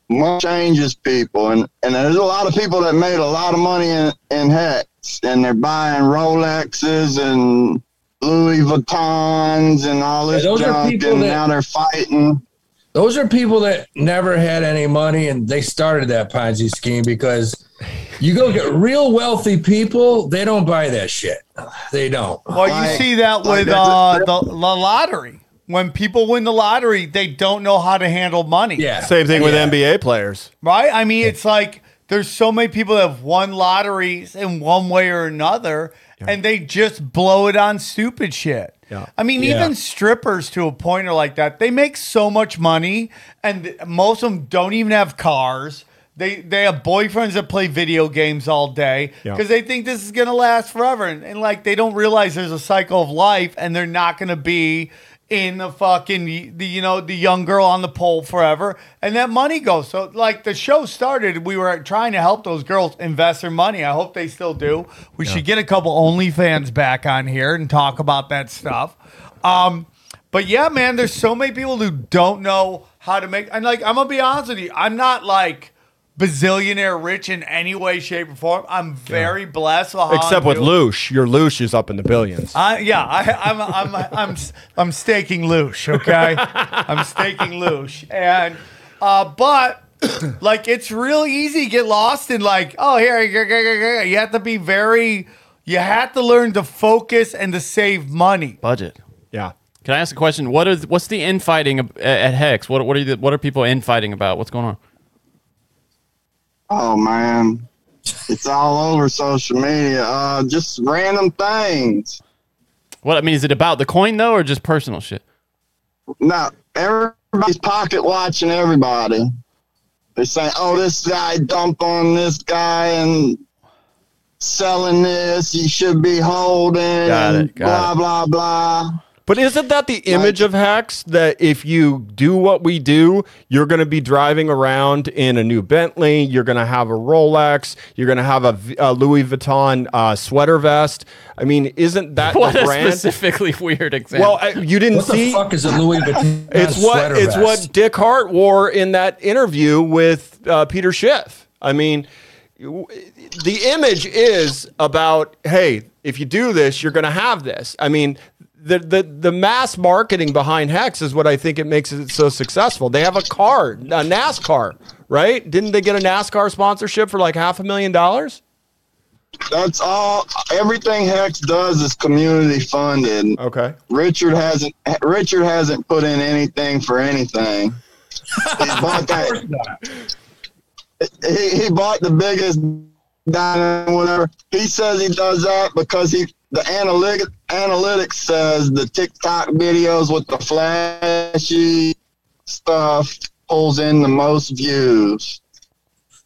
money changes people, and, and there's a lot of people that made a lot of money in, in hats, and they're buying Rolexes and Louis Vuittons and all this Yeah, those are junk, people and that- now they're fighting. Those are people that never had any money and they started that Ponzi scheme because you go get real wealthy people, they don't buy that shit. They don't. Well, you Like- see that like with that's a- uh, the, the lottery. When people win the lottery, they don't know how to handle money. Yeah. Same thing with Yeah. NBA players. Right? I mean, it's like there's so many people that have won lotteries in one way or another, and they just blow it on stupid shit. Yeah. I mean, Yeah. even strippers to a point are like that. They make so much money, and th- most of them don't even have cars. They they have boyfriends that play video games all day Yeah. because they think this is gonna last forever, and, and like they don't realize there's a cycle of life, and they're not gonna be in the fucking the you know the young girl on the pole forever, and that money goes. So like the show started, we were trying to help those girls invest their money. I hope they still do. We should get a couple OnlyFans back on here and talk about that stuff. Um, but yeah, man, there's so many people who don't know how to make. And like, I'm gonna be honest with you, I'm not like bazillionaire rich in any way, shape, or form. I'm very blessed. with how Except I'm with doing. Loosh. Your Loosh is up in the billions. I, yeah, I, I'm, I'm, I'm, I'm, I'm staking loosh, okay? I'm staking loosh. And, uh, but, like, it's real easy to get lost in, like, oh, here, here, here, here, here. you have to be very, you have to learn to focus and to save money. Budget. Yeah. Can I ask a question? What are what's the infighting ab- at, at Hex? What what are you, what are people infighting about? What's going on? Oh man, it's all over social media. Uh, just random things. What I mean is it about the coin though, or just personal shit? No, everybody's pocket watching everybody. They say, "Oh, this guy dumped on this guy and selling this. He should be holding." Got it, and got blah it. blah blah. But isn't that the image of hacks that if you do what we do, you're going to be driving around in a new Bentley, you're going to have a Rolex, you're going to have a, V- a Louis Vuitton uh, sweater vest? I mean, isn't that What the a brand? specifically weird example. well, I, you didn't What see. the fuck is a Louis Vuitton? it's what sweater it's vest? what Dick Hart wore in that interview with uh, Peter Schiff. I mean, w- the image is about hey, if you do this, you're going to have this. I mean, the the the mass marketing behind Hex is what I think it makes it so successful. They have a car, a NASCAR, right? Didn't they get a NASCAR sponsorship for like half a million dollars? That's all. Everything Hex does is community funded. Okay. Richard hasn't Richard hasn't put in anything for anything. He bought that. He, he bought the biggest diner, whatever. He says he does that because he the analytic analytics says the TikTok videos with the flashy stuff pulls in the most views.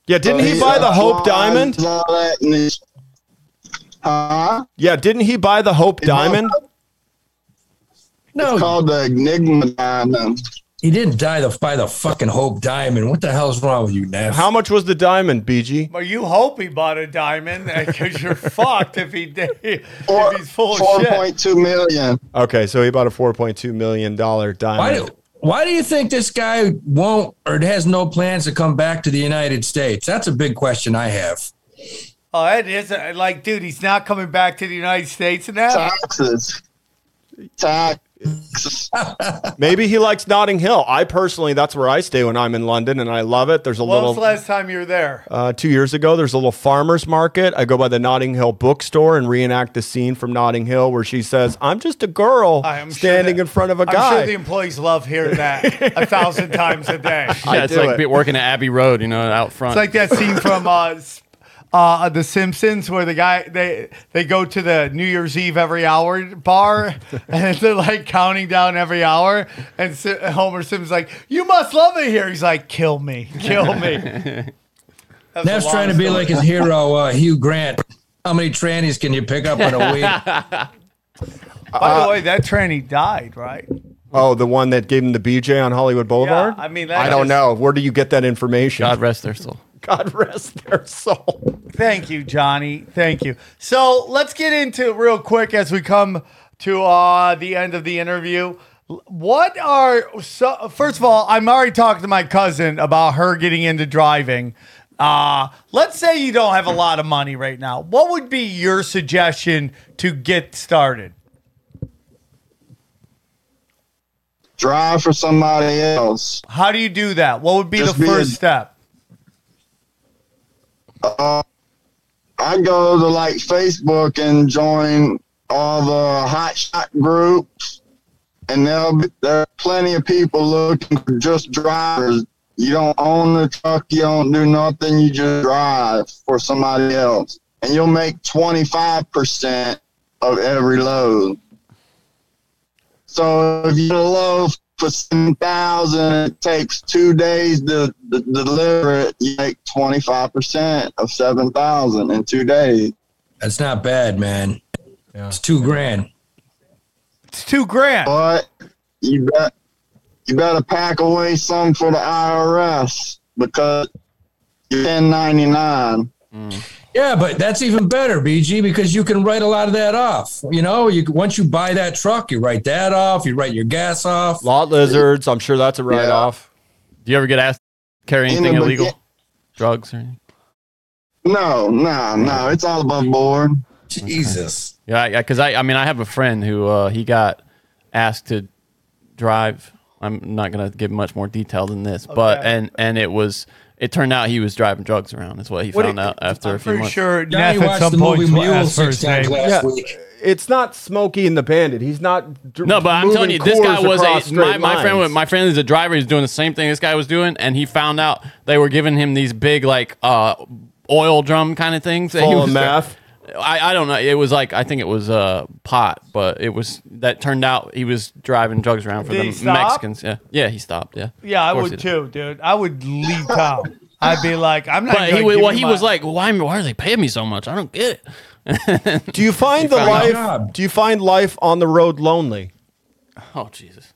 Yeah, didn't So he buy the Hope Diamond? applies all that and he- huh? Yeah, didn't he buy the Hope Diamond? Oh. It's No, called the Enigma Diamond. he didn't die the, by the fucking Hope Diamond. What the hell's wrong with you, Neff? How much was the diamond, BG? Well, you hope he bought a diamond because you're fucked if he did. Four, if he's Oh, full of shit. 4.2 million. Okay, so he bought a four point two million dollar Why diamond. do, why do you think this guy won't or has no plans to come back to the United States? That's a big question I have. oh, that is like, dude, he's not coming back to the United States and that. Taxes. Taxes. Maybe he likes Notting Hill. I personally, that's where I stay when I'm in London, and I love it. There's a When was the little. last time you were there? Uh, two years ago, there's a little farmer's market. I go by the Notting Hill bookstore and reenact the scene from Notting Hill where she says, I'm just a girl I am sure standing that- in front of a I'm guy. sure the employees love hearing that a thousand times a day. It's I yeah, it's do like it. be- working at Abbey Road, you know, out front. like that scene from uh, s- uh, The Simpsons where the guy they they go to the New Year's Eve every hour bar and they're like counting down every hour and Si- Homer Simpson's like, "You must love it here." He's like, "Kill me, kill me." That's Neff's a trying long to be story. like his hero, uh, Hugh Grant. How many trannies can you pick up in a week? By uh, the way, that tranny died, right? oh, the one that gave him the BJ on Hollywood Boulevard? I mean, that I don't just- know. Where do you get that information? God rest their soul. God rest their soul. Thank you, Johnny. Thank you. So let's get into it real quick as we come to uh, the end of the interview. What are so? First of all, I'm already talking to my cousin about her getting into driving. Uh, let's say you don't have a lot of money right now. What would be your suggestion to get started? Drive for somebody else. How do you do that? What would be Just the be first a- step? I go to like Facebook and join all the hot shot groups, and there'll be, there are plenty of people looking for just drivers. You don't own a truck, you don't do nothing, you just drive for somebody else, and you'll make twenty five percent of every load. So if you load for seven thousand, it takes two days to, to deliver it. You make twenty five percent of seven thousand in two days. That's not bad, man. It's two grand. It's two grand. But you bet you better pack away some for the IRS because you're ten ninety nine. Yeah, but that's even better, BG, because you can write a lot of that off. You know, you once you buy that truck, you write that off. You write your gas off. Lot lizards. I'm sure that's a write off. Do you ever get asked to carry In the anything illegal? begin- Drugs or anything? No, no, no. It's all above board. Jesus. Yeah, because I, I mean, I have a friend who uh, he got asked to drive. I'm not gonna give much more detail than this, but Okay. and and it was it turned out he was driving drugs around. That's what he What found do you- out after I'm a few pretty months. sure Johnny Neff at watched some the movie point will Mule ask for six his times name. last week. It's not Smokey and the Bandit. He's not. dr- No, but I'm moving telling you, this guy cores was across a my, straight my friend. lines. was- My friend is a driver. He's doing the same thing this guy was doing, and he found out they were giving him these big like uh, oil drum kind of things. that he full of was- meth. I, I don't know. It was like I think it was uh, pot, but it was that turned out he was driving drugs around for Did he the stop? Mexicans. Yeah, yeah, he stopped. Yeah, Yeah, I Of would course he did. too, dude. I would leave town. I'd be like, I'm not. But gonna he was, give well, you he my- was like, why, why are they paying me so much? I don't get it. Do you find the found a life? job. Do you find life on the road lonely? Oh Jesus.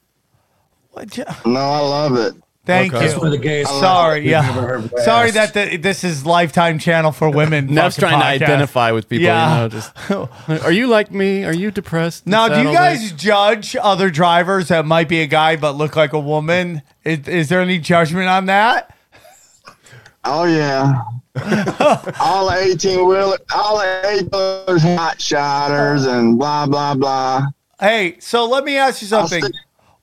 What you- No, I love it. Thank Okay. That's one of the you. gayest. Sorry, we've ever yeah. heard last. Sorry that the, this is Lifetime Channel for Women. Neff's fucking trying to podcast. identify with people. Yeah. You know, just are you like me? Are you depressed? Now, do you Saddlebag? guys judge other drivers that might be a guy but look like a woman? Is, is there any judgment on that? Oh yeah. all the eighteen wheeler, all the eight wheelers, hot shotters, and blah blah blah. Hey, so let me ask you something. say-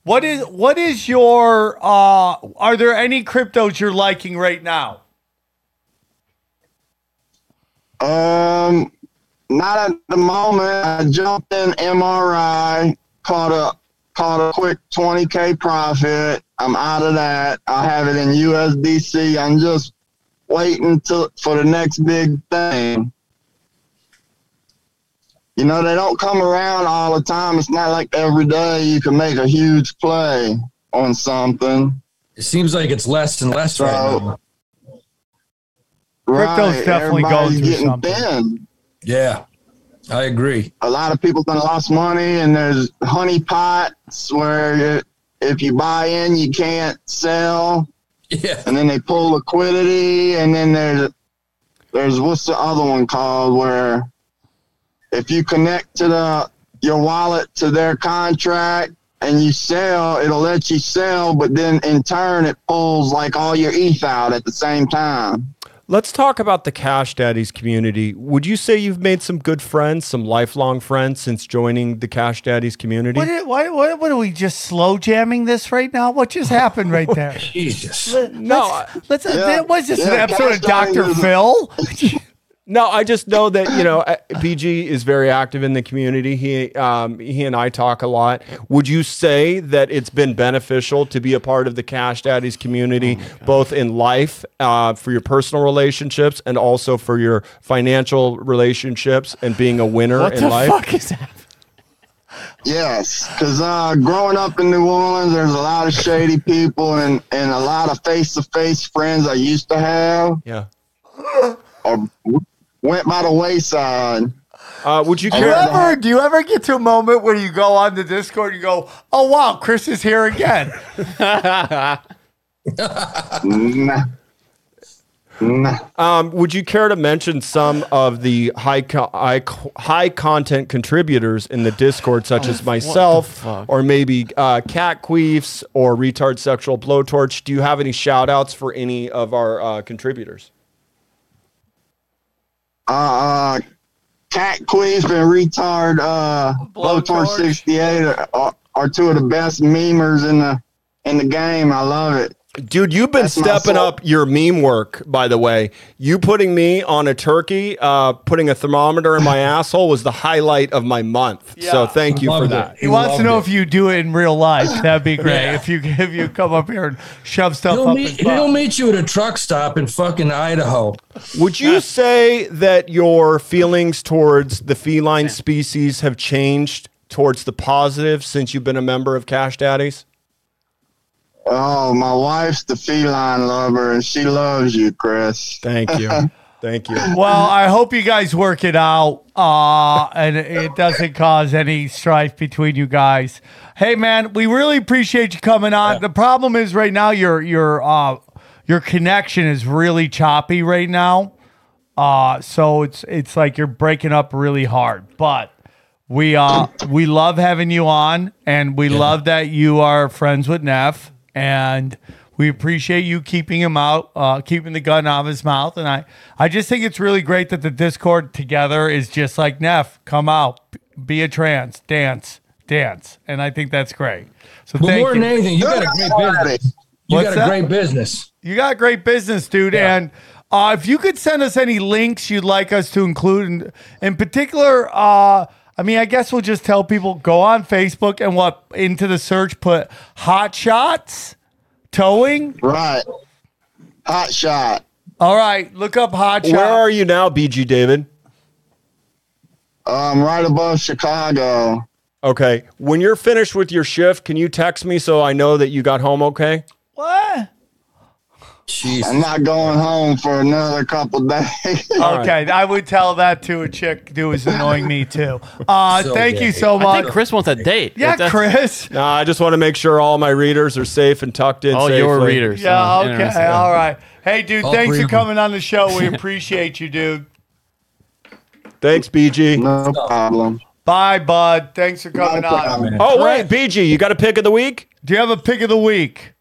What is what is your uh are there any cryptos you're liking right now? Um, not at the moment. I jumped in MRI, caught a caught a quick twenty k profit. I'm out of that. I have it in USDC. I'm just waiting to for the next big thing. You know they don't come around all the time. It's not like every day you can make a huge play on something. It seems like it's less and less right So- now. Crypto's definitely going everybody's through getting something. thin. Yeah, I agree. a lot of people done lost money and there's honey pots where if you buy in you can't sell Yeah. and then they pull liquidity and then there's there's what's the other one called where if you connect to the your wallet to their contract and you sell it'll let you sell but then in turn it pulls like all your eth out at the same time Let's talk about the Cash Daddies community. Would you say you've made some good friends, some lifelong friends since joining the Cash Daddies community? What, i- what, what, what are we just slow jamming this right now? What just happened right there? Jesus. No, Let's, Yeah. was this an Yeah, episode of Cash Dr. Diamonds. Phil? No, I just know that you know uh, BG is very active in the community. He um, he and I talk a lot. Would you say that it's been beneficial to be a part of the Cash Daddies Oh community, both in life uh, for your personal relationships and also for your financial relationships and being a winner What in the life? fuck is that? Yes, because uh, growing up in New Orleans, there's a lot of shady people and, and a lot of face to face friends I used to have Yeah. or went by the wayside. Uh, would you Do you care? ever do you ever get to a moment where you go on the Discord and you go, "Oh wow, Chris is here again"? Nah. Um, would you care to mention some of the high co- high, co- high content contributors in the Discord, such as myself, fuck? or maybe uh, Cat Queefs or Retard Sexual Blowtorch? Do you have any shout outs for any of our uh, contributors? Uh, Cat Queen's been retard. Uh, Blowtorch sixty eight are, are two of the best memers in the in the game. I love it. Dude, you've been That's my stepping soul. up your meme work, by the way. You putting me on a turkey, uh, putting a thermometer in my asshole was the highlight of my month. So thank you for Loved it. that. He wants to loved know it. if you do it in real life. That'd be great. Yeah. If you if you come up here and shove stuff He'll up meet, his butt. he'll meet you at a truck stop in fucking Idaho. Would you say that your feelings towards the feline species have changed towards the positive since you've been a member of Cash Daddies? Oh, my wife's the feline lover, and she loves you, Chris. Thank you. Thank you. Well, I hope you guys work it out uh, and it doesn't cause any strife between you guys. Hey, man, we really appreciate you coming on. The problem is right now your your uh, your connection is really choppy right now, uh, so it's it's like you're breaking up really hard. But we uh we love having you on, and we love that you are friends with Neff, and we appreciate you keeping him out, uh, keeping the gun out of his mouth. And I I just think it's really great that the Discord together is just like Neff, come out, be a trans, dance, dance, and I think that's great. So But thank more you. than anything, you got a great business. You What's got a that? great business. You got great business, dude. And uh, if you could send us any links you'd like us to include, in, in particular, uh, I mean, I guess we'll just tell people go on Facebook and what into the search put hot shots towing. Right. Hot shot. All right, look up hot Where shots. are you now, BG David? Um, right above Chicago. Okay. When you're finished with your shift, can you text me so I know that you got home okay? What? I'm Jesus. not going home for another couple days. All Okay, I would tell that to a chick who was annoying me too. Uh, So thank you gay. so I much. think Chris wants a date. If yeah, that's- Chris. Nah, I just want to make sure all my readers are safe and tucked in. All your safely. readers. Yeah, uh, okay, interesting. all right. Hey, dude, All thanks three for of 'em. coming on the show. We appreciate you, dude. Thanks, BG. no problem. Bye, bud. Thanks for coming No on. problem. Oh, wait, BG, you got a pick of the week? Do you have a pick of the week?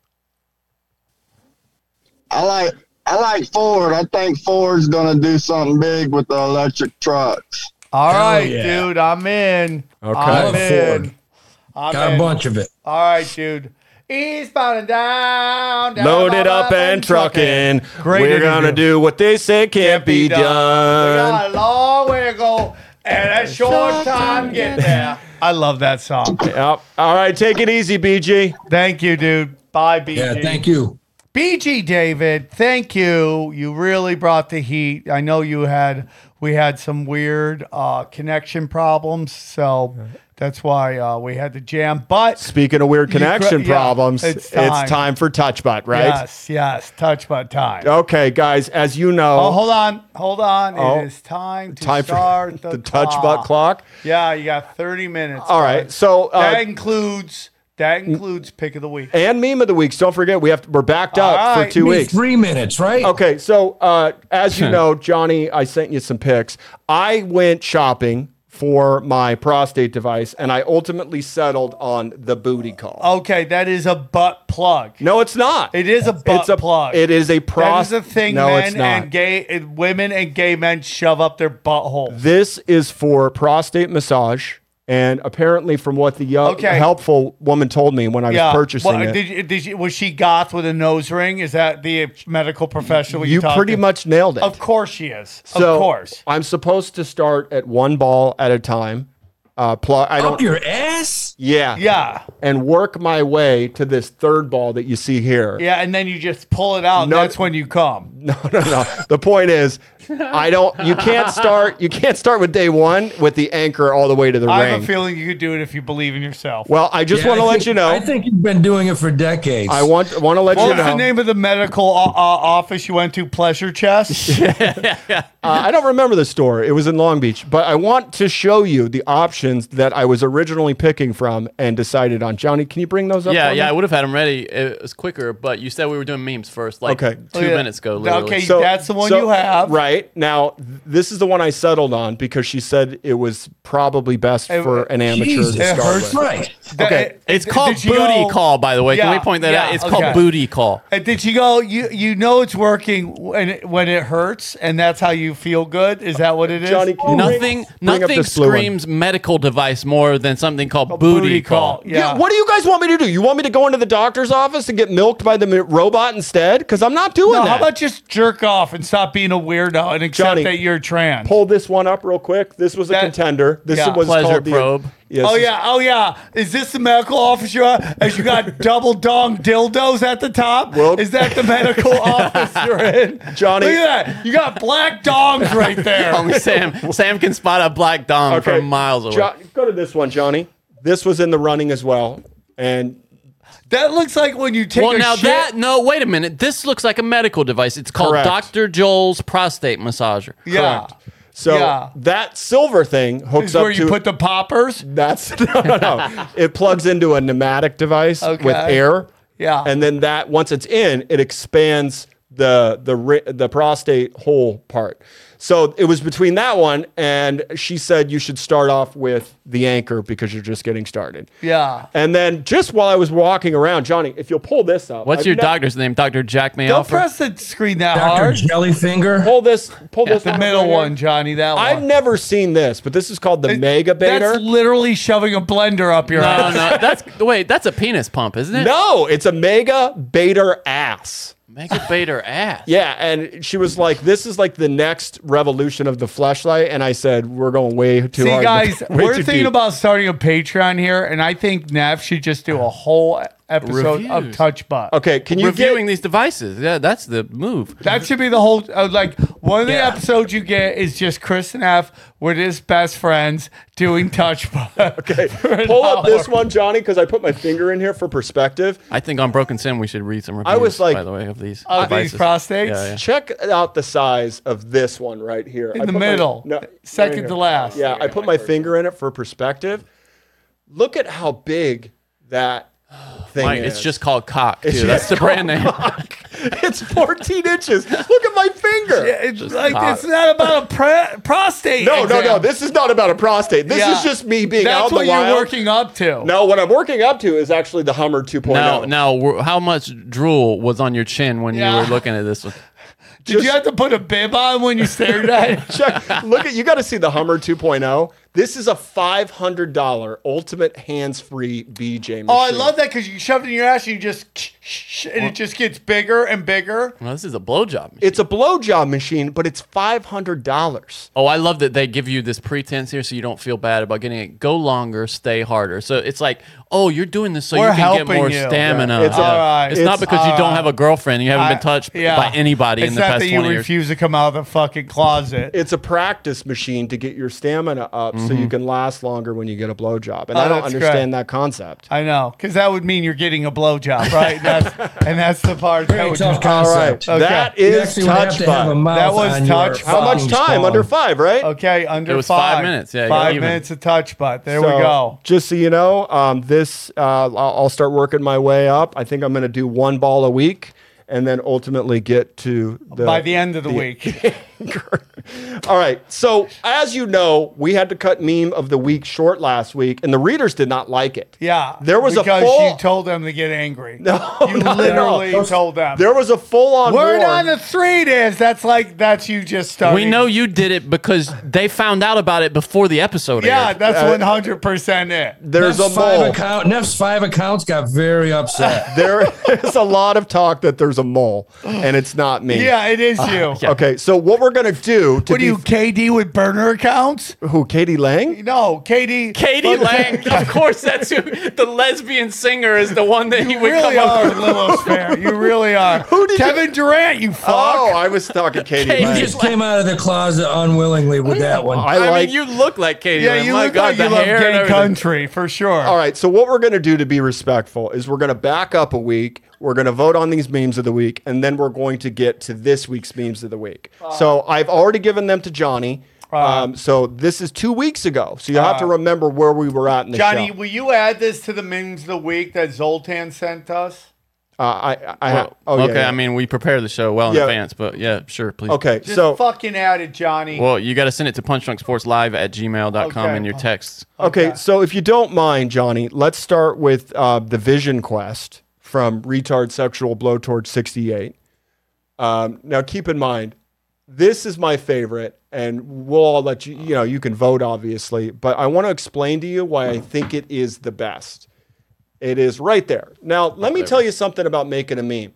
I like I like Ford. I think Ford's gonna do something big with the electric trucks. All Hell right, yeah. dude. I'm in. Okay. I'm Love in. Ford. I'm Got in. a bunch of it. All right, dude. Eastbound and down. down Loaded up and trucking. Great We're gonna interview. do what they say can't be We done. got a long way to go and a short time getting there. I love that song. Yep. All right, take it easy, BG. Thank you, dude. Bye, BG. Yeah, thank you. BG David, thank you. You really brought the heat. I know you had we had some weird uh, connection problems, so that's why uh, we had to jam. But Speaking of weird You cra- connection yeah, problems, it's it's time. time. for touch butt, right? yes, yes, touch but time. Okay, guys, as you know, Oh, hold on, hold on. Oh. it is time to time for start the, the, touch butt clock. Yeah, you got thirty minutes. All right, so uh, that includes that includes pick of the week. and meme of the weeks. Don't forget, we have to, we're backed up All for right, two Be weeks. Three minutes, right? Okay, so uh, as you know, Johnny, I sent you some pics. I went shopping for my prostate device, and I ultimately settled on the booty call. Okay, that is a butt plug. No, it's not. Oh. It is a butt it's a plug. It is a That prostate. is a thing No, it's men not. and gay and women and gay men shove up their butthole. this is for prostate massage, and apparently, from what the yo- Okay. helpful woman told me when I was purchasing Well, it, Did, you- did you, was she goth with a nose ring? Is that the medical professional you you pretty talking- much nailed it. Of course she is. So of course. I'm supposed to start at one ball at a time. Uh, plug. I Up don't. your ass? Yeah. Oh, Yeah. and work my way to this third ball that you see here. Yeah, and then you just pull it out. and No- that's when you come. No, no, no. The point is, I don't. You can't start. You can't start with day one with the anchor all the way to the I have a ring. feeling you could do it if you believe in yourself. well, I just Yeah, want to I let think- you know. I think you've been doing it for decades. I want want to let What's you know. the name of the medical uh, uh, office you went to? Pleasure Chest. Uh, I don't remember the store. It was in Long Beach, but I want to show you the options that I was originally picking from and decided on. Johnny, can you bring those up? Yeah, for yeah, I me? would have had them ready. uh, It was quicker, but you said we were doing memes first, like Okay. two Oh, yeah. minutes ago. Okay, Literally. you- that's the one you have. Right now, th- this is the one I settled on because she said it was probably best It- for an amateur Jesus to start hurts. with. Right. Okay. It's eh, Did called you booty go- call, by the way. Can Yeah, we point that yeah, out? It's okay. called booty call. And Uh, did you go? You you know it's working when it, when it hurts, and that's how you feel good. Is that what it is? Johnny, can you bring- Nothing, bring up nothing this blue one. screams medical device more than something called booty, booty, call. call. Yeah. Yeah. What do you guys want me to do? You want me to go into the doctor's office and get milked by the mi- robot instead? Because I'm not doing No, that. how about just jerk off and stop being a weirdo and accept Johnny, that you're trans? pull this one up real quick? This was a That- contender. This yeah. was Pleasure called the- probe. Yeah, this Oh is- yeah, oh yeah. Is this the medical office you're at? As you got double dong dildos at the top? Well- Is that the medical office you're in? Johnny- Look at that. You got black dongs right there. Only Sam, Sam can spot a black dom Okay. from miles away. Jo- go to this one, Johnny. This was in the running as well. And that looks like when you take well, a now shit. that no, wait a minute. This looks like a medical device. It's called Correct. Doctor Joel's prostate massager. yeah. so Yeah. that silver thing hooks Is up where you to put the poppers? that's no no no. it plugs into a pneumatic device with Okay. air. Yeah. And then that once it's in, it expands the the ri- the prostate hole part. So it was between that one and she said you should start off with the anchor because you're just getting started. Yeah. And then just while I was walking around, Johnny, if you'll pull this up. What's I've your ne- doctor's name? Doctor Jack Don't Mayall. press the screen that Dr. hard. Jellyfinger. Pull this pull this The up middle right here. one, Johnny, that one. I've never seen this, but this is called the Mega That's Baiter. literally shoving a blender up your No, ass. no, that's wait. That's a penis pump, isn't it? No, it's a Mega Baiter ass. Make it bait her ass. Yeah, and she was like, "This is like the next revolution of the flashlight," and I said, "We're going way too See, hard." guys, way we're too thinking deep." about starting a Patreon here, and I think Neff should just do a whole episode of Reviews. Touch Butt. Okay, can you Reviewing get? these devices. Yeah, that's the move. That should be the whole, uh, like, one of the Yeah. episodes you get is just Chris and F. We're just best friends doing Touch Butt. okay. Pull up this one, Johnny, because I put my finger in here for perspective. I think on Broken Sim we should read some reviews. was like- by the way, of these Of these devices. prostates? Yeah, yeah. Check out the size of this one right here. In the middle. Second to here. last. Yeah, I put my finger in it for perspective. Look at how big that thing Mike, is. it's just called cock. Too. It's that's just the brand name. it's 14 inches. Look at my finger. It's like, hot. it's not about a pra- prostate. No, no, no. exam. This is not about a prostate. This Yeah. is just me being That's out in what the you're wild. working up to. No, what I'm working up to is actually the Hummer oh. 2.0. Now, now, wh- how much drool was on your chin when Yeah. you were looking at this one? Did you just- have to put a bib on when you stared at it? Check. Look at you. Got to see the Hummer 2.0. This is a $500 ultimate hands-free BJ machine. Oh, I love that because you shove it in your ass and you just, and it just gets bigger and bigger. Well, this is a blowjob. machine. It's a blowjob machine, but it's $500. Oh, I love that they give you this pretense here, so you don't feel bad about getting it. Go longer, stay harder. So it's like, oh, you're doing this so We're you can get helping more you. stamina. Yeah. It's Yeah. all right. It's not It's because all you don't right. have a girlfriend. You haven't been touched I- yeah. by anybody it's in the not past that you twenty years. refuse to come out of the fucking closet. It's a practice machine to get your stamina up so you can last longer when you get a blowjob. And Mm-hmm. Oh, I don't that's understand that concept. I know, because that would mean you're getting a blowjob, right? That's, and that's the part. That, Very would- tough All right. concept. That You is actually would have touch to have a butt. mouth That was on your touch. How much fucking time? tongue. Under five, right? okay, under was five. five minutes, yeah, five even. minutes of touch butt. There So, we go. Just so you know, um, this uh, I'll I'll start working my way up. I think I'm going to do one ball a week, and then ultimately get to the, By the end of the week, All right. So as you know, we had to cut meme of the week short last week, and the readers did not like it. yeah, There was a because full- you told them to get angry. No, you not at all. literally told them. There was a full on Word on the street is that's like that's you just starting. We know you did it because they found out about it before the episode. Yeah, aired. that's one hundred percent it. There's Neff's a five mole. account. Neff's five accounts got very upset. There is a lot of talk that there's was a mole, and it's not me. Yeah, it is you. Okay, so what we're gonna do to What are be you, KD with burner accounts? who Katie Lang? No, KD. Katie Lang, of course, that's who the lesbian singer is. The one that he You would really come up are Lilith Fair. You really are. Who did Kevin Durant, you Oh, fuck. I was talking Katie Katie Lang. Lang. Just came out of the closet unwillingly with that one. I I, like. mean, you look like Katie. yeah, Lang. you My look God, like the you love hair and gay everything. country for sure. All right, so what we're going to do to be respectful is we're going to back up a week. We're going to vote on these memes of the week, and then we're going to get to this week's memes of the week. so I've already given them to Johnny. um, so this is two weeks ago. So you have to remember where we were at in the Johnny, show. will you add this to the memes of the week that Zoltan sent us? Uh, I, I, Well, oh, yeah, okay, yeah. I mean, we prepare the show well in Yeah. advance, but yeah, sure, please. okay. Just so fucking add it, Johnny. Well, you got to send it to punchdrunksportslive at gmail.com Okay. in your text. Okay, so if you don't mind, Johnny, let's start with uh, the Vision Quest from Retard Sexual Blowtorch 68. Um, now, keep in mind, this is my favorite, and we'll all let you, you know, you can vote, obviously, but I want to explain to you why I think it is the best. It is right there. Now, let me tell you something about making a meme.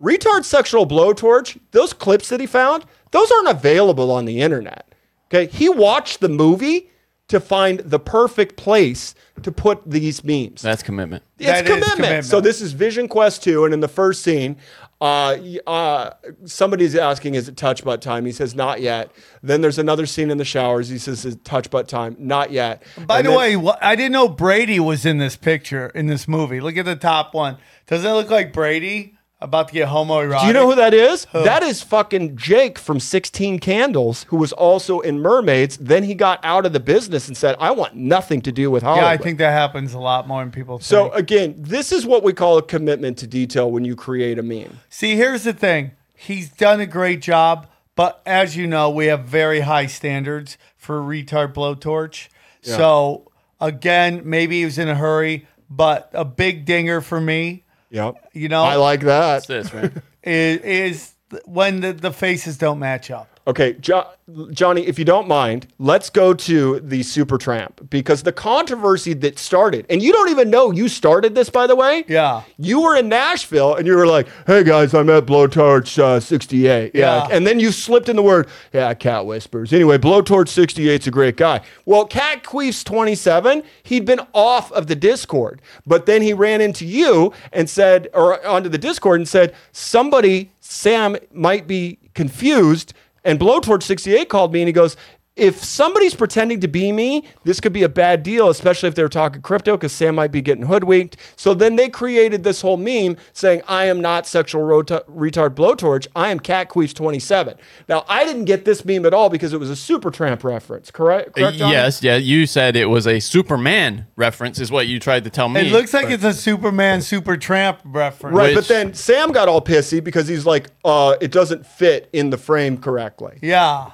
Retard sexual blowtorch, those clips that he found, those aren't available on the internet. Okay. He watched the movie to find the perfect place to put these memes. That's commitment. it's That is commitment. commitment. So this is Vision Quest 2, and in the first scene, uh, y- uh, somebody's asking, "Is it touch butt time?" He says, "Not yet." Then there's another scene in the showers. He says, "Is it touch butt time?" Not yet. By And the then- way, wha- I didn't know Brady was in this picture in this movie. Look at the top one. Doesn't it look like Brady about to get homoerotic? Do you know who that is? That is fucking Jake from 16 Candles, who was also in Mermaids. Then he got out of the business and said, I want nothing to do with Hollywood. Yeah, I think that happens a lot more than people. Oh. so. think. Again, this is what we call a commitment to detail when you create a meme. see, here's the thing. He's done a great job, but as you know, we have very high standards for retard blowtorch. So again, maybe he was in a hurry, but a big dinger for me. Yep. You know, I like that. That's man. is, is th- when the, the faces don't match up. Okay, jo- Johnny, if you don't mind, let's go to the Super Tramp because the controversy that started, and you don't even know you started this, by the way. Yeah. You were in Nashville and you were like, hey guys, I'm at Blowtorch uh, 68. Yeah. Yeah. And then you slipped in the word, yeah, Cat Whispers. Anyway, Blowtorch 68's a great guy. Well, Cat Queef's 27, he'd been off of the Discord, but then he ran into you and said, or onto the Discord and said, somebody, Sam, might be confused. And Blowtorch 68 called me and he goes, if somebody's pretending to be me, this could be a bad deal, especially if they're talking crypto, because Sam might be getting hoodwinked. So then they created this whole meme saying, I am not sexual rota- retard blowtorch. I am Cat Queefs 27. Now, I didn't get this meme at all because it was a Super Tramp reference, correct? correct Johnny? Uh, yes, yeah. You said it was a Superman reference, is what you tried to tell me. It looks like it's a Superman, Super Tramp reference. Right, but Which- then Sam got all pissy because he's like, uh, it doesn't fit in the frame correctly. Yeah.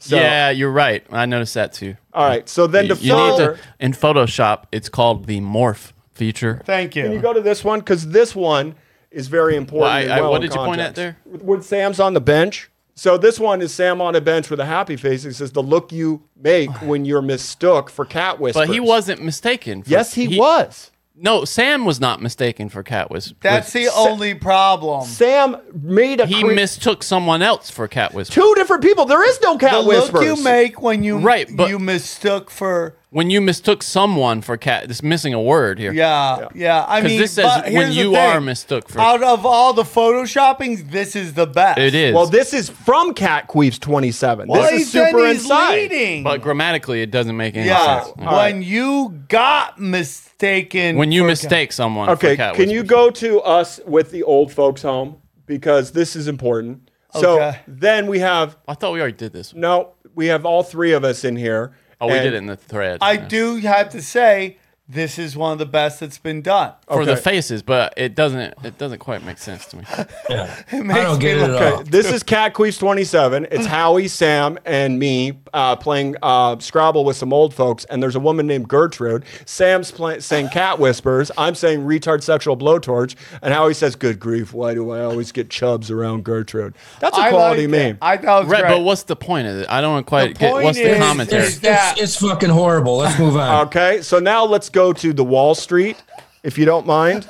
So, Yeah, you're right. I noticed that too. All right. So then to you need further. to, in Photoshop, it's called the morph feature. Thank you. Can you go to this one? Because this one is very important. Why- and I- well what in did you point context. at there? With- When Sam's on the bench. So this one is Sam on a bench with a happy face. It says the look you make when you're mistook for cat whispers. But he wasn't mistaken. For, Yes, he, was. No, Sam was not mistaken for Cat Whisper. That's the only problem. Sam made a he cre- mistook someone else for Cat Whisper. two different people. There is no cat The whispers. look you make when you Right, but- you mistook for When you mistook someone for cat, it's missing a word here. yeah yeah. I 'Cause mean, this says but when here's the you are thing. mistook for- Out of all the photoshoppings, this is the best. it is. well, this is from Cat Queefs 27. Well, this he's is super then he's inside. leading. but grammatically, it doesn't make any yeah, sense. when Yeah. you got mistaken. When you for- mistake someone, Okay, for cat can you whispers. go to us with the old folks home because this is important. Oh, So Okay. then we have I thought we already did this. No, we have all three of us in here. Oh, we And- did it in the thread. I Yeah. do have to say this is one of the best that's been done. for the okay. faces, but it doesn't. It doesn't quite make sense to me. Yeah. makes I don't get me it at all. This is Cat Queefs 27. It's Mm. Howie, Sam, and me uh, playing uh, Scrabble with some old folks. And there's a woman named Gertrude. Sam's play- saying cat whispers. I'm saying retard sexual blowtorch. And Howie says, Good grief, why do I always get chubs around Gertrude? That's a I quality liked it. meme. I thought it was Right, great. but what's the point of it? I don't quite The get. point What's the is- commentary? is- It's, it's, it's fucking horrible. Let's move on. Okay, so now let's go to the Wall Street, if you don't mind.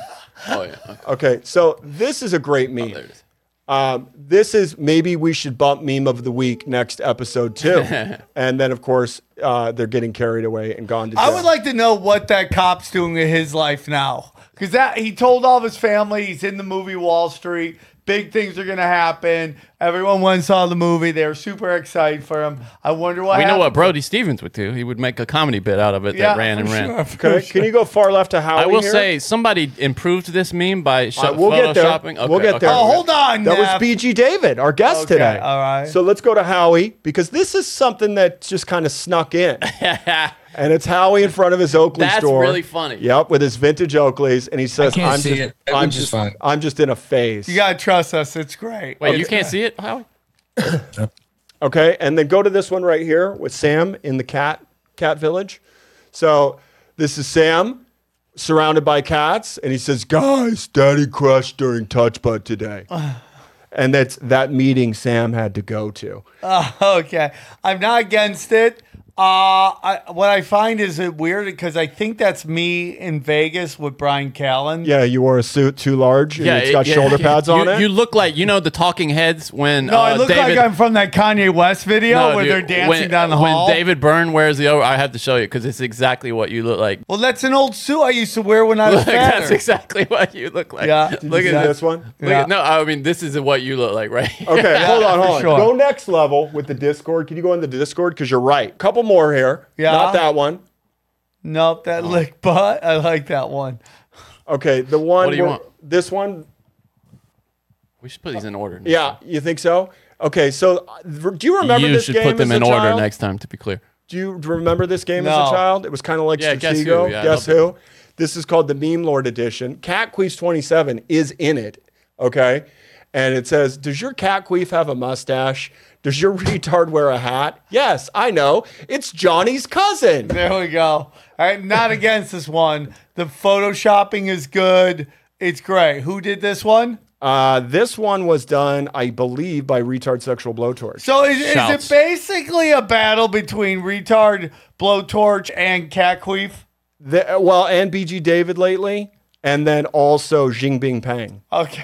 Oh yeah. Okay. Okay, so this is a great meme. Oh, There it is. Um, this is maybe we should bump meme of the week next episode too, and then of course uh, they're getting carried away and gone to. Jail. I would like to know what that cop's doing in his life now. Because that he told all of his family he's in the movie Wall Street. Big things are gonna happen. Everyone went and saw the movie. They were super excited for him. I wonder what We know happened. what Brody Stevens would do. He would make a comedy bit out of it Yeah, that ran and I'm ran. Can, can you go far left to Howie? I will here? say somebody improved this meme by sh- Uh, we'll get there. photoshopping. Okay, We'll get okay. there. Oh, hold on. That was Neff. BG David, our guest Okay, today. all right. So let's go to Howie because this is something that just kind of snuck in. and it's Howie in front of his Oakley That's store. really funny. Yep, with his vintage Oakleys, and he says, can't am see just, it, I'm which is just, fine. I'm just in a phase." You gotta trust us. It's great. Wait, Oh, you It's- can't see it, Howie? Okay, and then go to this one right here with Sam in the cat cat village. So this is Sam surrounded by cats, and he says, "Guys, Daddy crushed during touch putt today," and that's that meeting Sam had to go to. Okay, I'm not against it. Uh, I, what I find is it weird because I think that's me in Vegas with Brian Callen. Yeah, you wore a suit too large. And it's it- got shoulder pads You- on it. You look like you know the Talking Heads when No, I uh, look David, like I'm from that Kanye West video No, where dude, they're dancing when- down the when hall. David Byrne wears the over, I have to show you because it's exactly what you look like. well, that's an old suit I used to wear when I was Look, fatter. that's exactly what you look like. Yeah. Did look See at that? this this. one. Look Yeah. at, no, I mean this is what you look like, right? Okay, hold on, hold on. for sure. Go next level with the Discord. Can you go in the Discord? Because you're right. Couple more here. Yeah. Not that one. nope, that lick butt. I like that one. Okay, the one. What do you where- want? This one. we should put these in order. next Yeah, time. you think so? Okay, so uh, do you remember you this should game put them as a in order child? next time. To be clear, Do you remember this game as a No. child? It was kind of like Yeah, Guess Who, Stratego. yeah, I Guess loved who? This is called the Meme Lord Edition. Cat Queef's 27 is in it. Okay. And it says, Does your cat queef have a mustache? Does your retard wear a hat? Yes, I know. It's Johnny's cousin. There we go. All right, not against this one. The photoshopping is good. It's great. Who did this one? Uh, this one was done, I believe, by Retard Sexual Blowtorch. So is, is it Shouts. basically a battle between retard, blowtorch, and catqueef? The- well, and BG David lately, and then also Xing Bing Pang. Okay.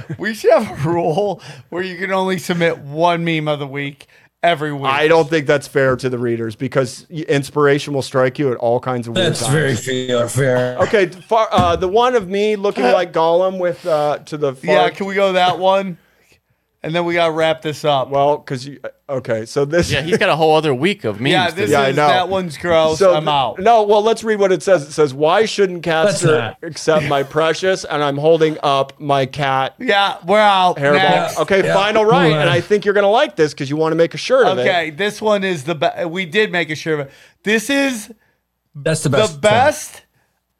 we should have a rule where you can only submit one meme of the week every week. I don't think that's fair to the readers because y- inspiration will strike you at all kinds of weird That's times. very fair. fair. Okay, far, uh, the one of me looking like Gollum with uh, to the far, yeah, can we go that one? And then we gotta wrap this up. well, because you uh, okay. So this, yeah, he's got a whole other week of memes. yeah, this Yeah, I is know. that one's gross. so I'm out. No, well, let's read what it says. It says, "Why shouldn't cats Let's not. accept my precious?" And I'm holding up my cat Yeah, we're out. hairball. Next. Okay, Yeah. final right, Right. and I think you're gonna like this because you want to make a shirt of Okay, it. this one is the best. We did make a sure of it. This is That's the the best. best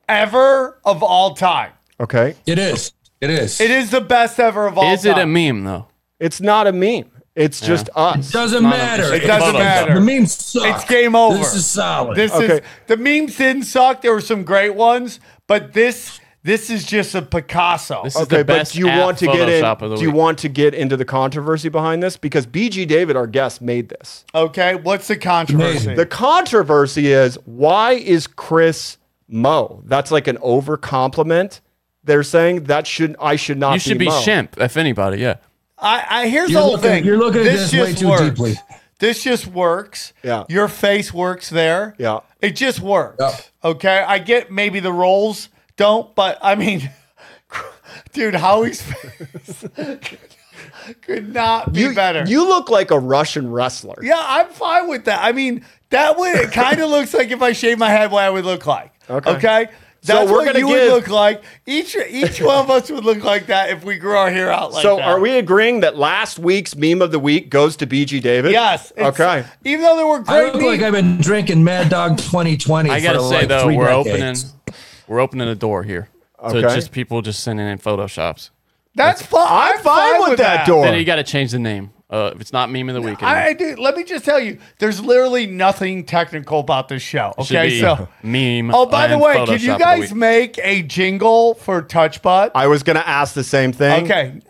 ever of all time. Okay, It is. It is. It is the best ever of all Is time. it a meme though? it's not a meme. It's just us. doesn't matter. It doesn't Photoshop. matter. The meme sucks. It's game over. This is solid. This Okay. is the memes didn't suck. There were some great ones, but this this is just a Picasso. This is Okay, the but best do you app want to get Photoshop of in? the Do you week. want to get into the controversy behind this? Because BG David, our guest, made this. Okay, what's the controversy? The controversy is why is Chris Mo? That's like an over compliment. They're saying that should I should not. You should be Mo. shimp, if anybody. Yeah. I, I here's You're the whole looking- thing. you're looking at this way too works. deeply. This just works. Yeah. Your face works there. Yeah. It just works. Yeah. Okay. I get maybe the roles don't, but I mean, dude, Howie's face could not be You, better. you look like a Russian wrestler. Yeah, I'm fine with that. I mean, that would it kind of looks like if I shaved my head, what I would look like. Okay. Okay. So That's we're what gonna you give- would look like. Each each one of us would look like that if we grew our hair out like so that. are we agreeing that last week's meme of the week goes to BG David? Yes. it's- Okay. Even though there were I great look like memes- I've been drinking Mad Dog 2020. I gotta for say like though, three we're decades. opening we're opening a door here. So Okay. it's just people just sending in photoshops. that's fine. I'm, fine, with that, door. Then you got to change the name. Uh, if it's not meme of the week, I, I do. Let me just tell you, there's literally nothing technical about this show. should Okay, be so meme. oh, by the and way, can Photoshop you of the guys week. make a jingle for Touch Butt? I was gonna ask the same thing. Okay,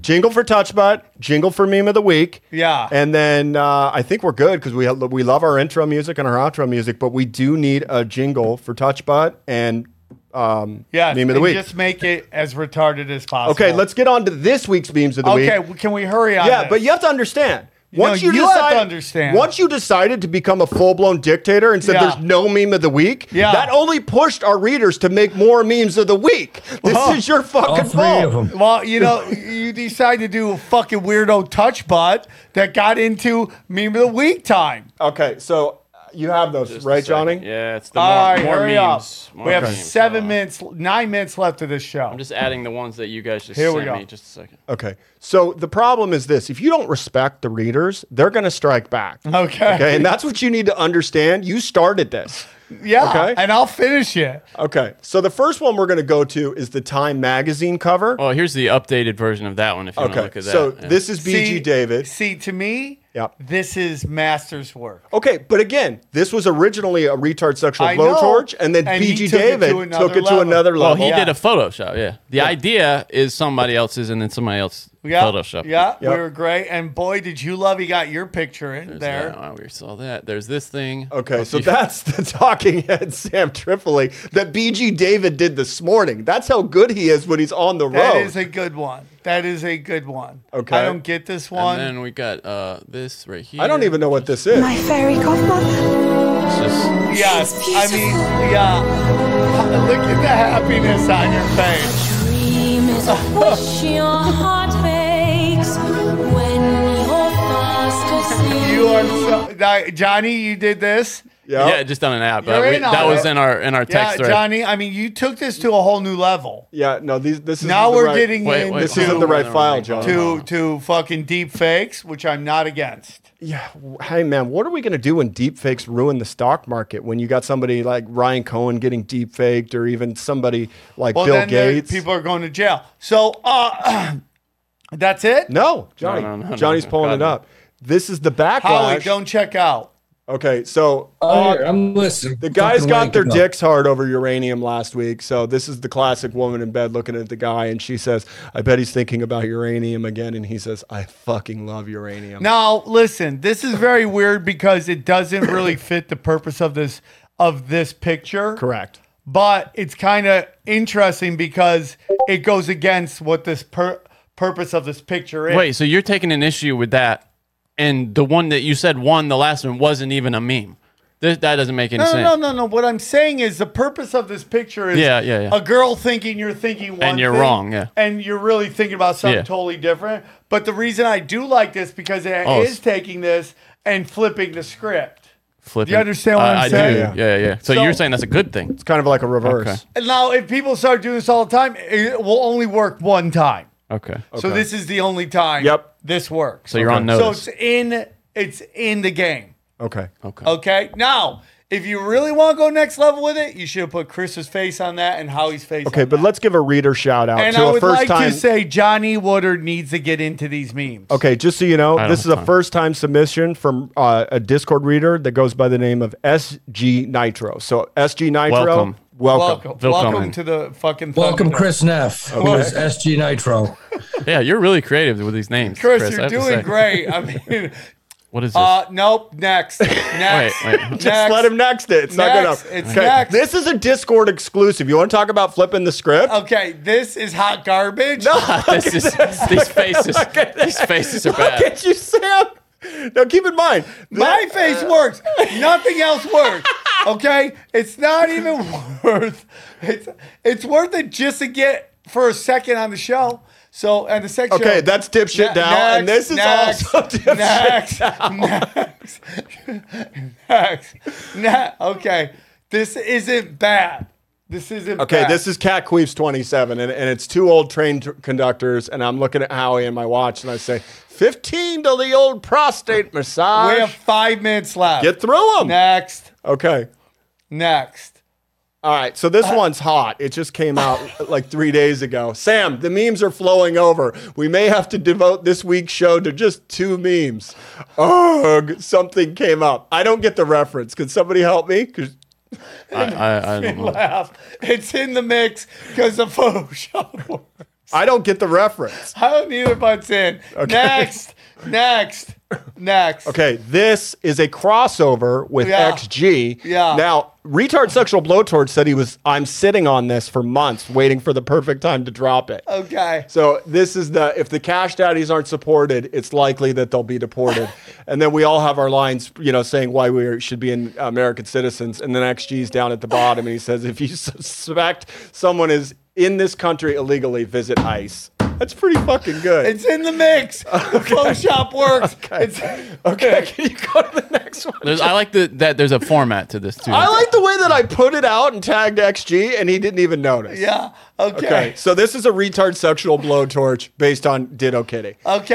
Jingle for Touchbot, jingle for meme of the week. Yeah. And then uh, I think we're good because we ha- we love our intro music and our outro music, but we do need a jingle for Touchbot and um, Yes, meme of the and week. Just make it as retarded as possible. Okay, let's get on to this week's memes of the week. Okay, well, can we hurry on? Yeah, this? but you have to understand. Once No, you, you have to decide, understand. Once you decided to become a full blown dictator and said Yeah. there's no meme of the week, Yeah. that only pushed our readers to make more memes of the week. This Well, is your fucking All three fault. of them. Well, you know, you decide to do a fucking weirdo touch butt that got into meme of the week time. Okay, so uh, you have those, Just a right, second. Johnny? Yeah, it's the more, All right, more hurry memes. up. More we have memes. seven Uh, minutes, nine minutes left of this show. I'm just adding the ones that you guys just Here sent we go. me. Just a second. Okay. So the problem is this if you don't respect the readers, they're going to strike back. Okay. Okay. And that's what you need to understand. You started this. yeah, okay. and I'll finish it. Okay. So the first one we're going to go to is the Time magazine cover. Oh, Well, here's the updated version of that one. If you want to look Okay. at that. So Yeah. this is BG See- David. See, to me, Yep. this is master's work. Okay, but again, this was originally a retard sexual I know, blowtorch, and then and he BG took it to David another took it to level. another Well, level. he Yeah. did a Photoshop. Yeah. The idea is somebody else's and then somebody else Yeah, Photoshop. yeah, Yep. we were great, and boy, did you love he got your picture in there. Yeah, wow, we saw that. There's this thing. Okay, Oh, so you- that's the talking head Sam Tripoli that BG David did this morning. That's how good he is when he's on the That road. is a good one. That is a good one. Okay. I don't get this one. And then we got uh, this right here. I don't even know what this is. My fairy godmother. It's just Yes, She's I mean, yeah. Look at the happiness on your face. Dream is a wish your heart makes when you're fast asleep. You are so, now, Johnny. You did this. Yeah. yeah, just on an app. You're Uh, we- in on that was it. in our in our Yeah, text thread. Johnny. I mean, you took this to a whole new level. Yeah, no, these, this is Now the we're right- getting Wait, wait, This into isn't the right file, John. to to fucking deep fakes, which I'm not against. Yeah, w- hey man, what are we gonna do when deepfakes ruin the stock market? When you got somebody like Ryan Cohen getting deepfaked, or even somebody like Well, Bill then the Gates? people are going to jail. So uh, that's it. no, Johnny, no, no, no, Johnny's no, pulling God, it no. up. This is the backlash. Howie, don't check out. Okay, so uh, Oh, here, I'm listening. the guys Fucking got their wanking up. dicks hard over uranium last week. So this is the classic woman in bed looking at the guy, and she says, "I bet he's thinking about uranium again." And he says, "I fucking love uranium." Now, listen, this is very weird because it doesn't really fit the purpose of this of this picture. Correct. But it's kind of interesting because it goes against what this per- purpose of this picture is. Wait, so you're taking an issue with that, and the one that you said won, the last one, wasn't even a meme. Th- that doesn't make any No, no, sense. no, no, no. What I'm saying is the purpose of this picture is Yeah, yeah, yeah. a girl thinking you're thinking one And you're thing, wrong, yeah. And you're really thinking about something Yeah. totally different. But the reason I do like this because it is Oh, it's- taking this and flipping the script. Flipping. You understand what I- I'm I saying? do. Yeah, yeah. So, So- you're saying that's a good thing. It's kind of like a reverse. Okay. And Now, if people start doing this all the time, it will only work one time. Okay. So this is the only time Yep. this works. So you're on So notice. it's in it's in the game. Okay. Okay. Now, if you really want to go next level with it, you should have put Chris's face on that and Howie's face. Okay, on but that. let's give a reader shout out And to I a would first like time. to say Johnny Woodard needs to get into these memes. Okay, just so you know, don't this is have a time. first time submission from uh, a Discord reader that goes by the name of SG Nitro. So SG Nitro, Welcome. Welcome, Phil welcome Coleman. to the fucking. Welcome, thumbnail. Chris Neff, who is SG Nitro. yeah, you're really creative with these names, Chris, Chris. I you're have to say. doing great. I mean, What is this? uh, nope. Next, next, wait. next. Just Just let him next it. It's not Next. good enough. It's next. This is a Discord exclusive. You want to talk about flipping the script? Okay, this is hot garbage. this is, these faces. These faces are Look bad. at you, Sam. Now keep in mind, My that- face works. Nothing else works. Okay, it's not even worth. It's it's worth it just to get for a second on the show. So and the section. Okay, that's dipshit now, and this is also dipshit next, next, next, ne- Okay, this isn't bad. This isn't Okay, bad. this is Cat Queeps 27, and, and it's two old train t- conductors, and I'm looking at Howie and my watch, and I say, 15 to the old prostate massage. We have five minutes left. Get through them. next, Okay. next. All right, so this one's hot. It just came out like three days ago. Sam, the memes are flowing over. We may have to devote this week's show to just two memes. Ugh, something came up. I don't get the reference. Could somebody help me? 'Cause- I, I, I don't know. Laugh. It's in the mix because the Photoshop. works. I don't get the reference. I don't need a butts in. Next, Next. Next. Okay, this is a crossover with Yeah. XG. Yeah. Now, retard sexual blowtorch said he was. I'm sitting on this for months, waiting for the perfect time to drop it. Okay. So this is the if the cash daddies aren't supported, it's likely that they'll be deported. and then we all have our lines, you know, saying why we should be in American citizens. And then XG's down at the bottom, and he says, if you suspect someone is in this country illegally, visit ICE. That's pretty fucking good. It's in the mix. The Photoshop works. It's, okay, can you go to the next one? There's, I like the, that there's a format to this too. I like the way that I put it out and tagged XG, and he didn't even notice. yeah. Okay. Okay, Okay. so this is a retard sexual blowtorch based on Ditto Kitty. Oh, X,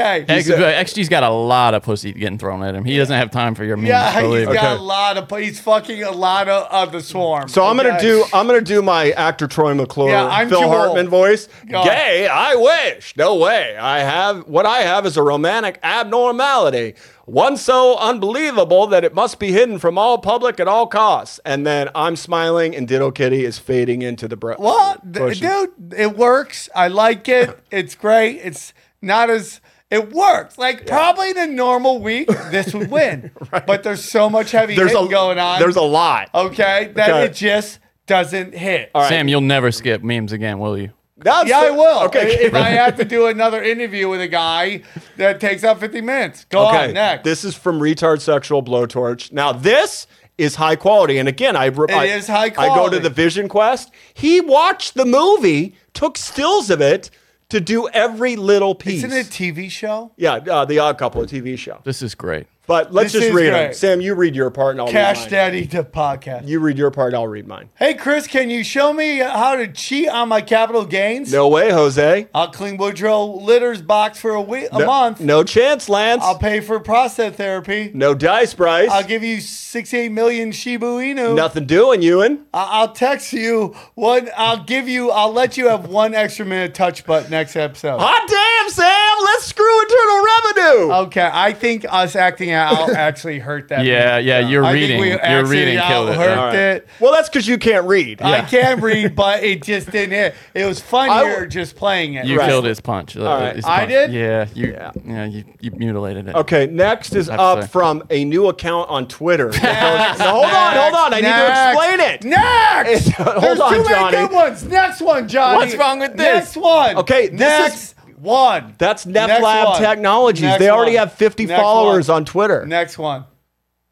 uh, XG's got a lot of pussy getting thrown at him. He doesn't have time for your memes. yeah, he's believe got a me. lot of. He's fucking a lot of, of the swarm. So I'm gonna Okay. do I'm gonna do my actor Troy McClure, Yeah, I'm Phil too Hartman old. voice. God. Gay, I wish. No way. I have what I have is a romantic abnormality, one so unbelievable that it must be hidden from all public at all costs. And then I'm smiling, and Ditto Kitty is fading into the breath. Well, th- dude, it works. I like it. It's great. It's not as it works. Like probably in a normal week, this would win. But there's so much heavy There's hitting a going on. There's a lot. okay that Okay. it just doesn't hit. right. Sam, you'll never skip memes again, will you? That's Yeah, I the- will. Okay, If I have to do another interview with a guy that takes up 50 minutes, go on next. This is from Retard Sexual Blowtorch. Now this is high quality, and again, I, re- I is high I go to quality. the Vision Quest. He watched the movie, took stills of it to do every little piece. Isn't it a TV show? yeah, uh, the Odd Couple, a TV show. This is great. But let's This just is read it. great. Sam, you read your part, and I'll read Cash mine. Daddy to podcast. You read your part, I'll read mine. Hey, Chris, can you show me how to cheat on my capital gains? No way, Jose. I'll clean Woodrow Litter's box for a week, a No- month. No chance, Lance. I'll pay for prostate therapy. no dice, Bryce. I'll give you 68 million Shibu Inu. Nothing doing, Ewan. I- will text you one. I'll give you, I'll let you have one extra minute touch butt next episode. Hot damn, Sam. Let's screw internal revenue. Okay, I think us acting out actually hurt that. Yeah, man. yeah, you're I reading. Think we You're acting reading out killed it. hurt All right. it. Well, that's because you can't read. I can read, but it just didn't hit. It was funnier I- just playing it. You Right. killed his punch. right. His I punch. did? Yeah. You, Yeah. yeah. you, you mutilated it. Okay, next is have to up say. from a new account on Twitter. Now, hold on, hold on. I need to explain it. Next, It's- hold there's on, too many Johnny. good ones. Next one, Johnny. What's wrong with this? Next one. Okay, this next is- one. That's Next NetLab one. Technologies. Next they already one. have 50 Next followers one. on Twitter. Next one.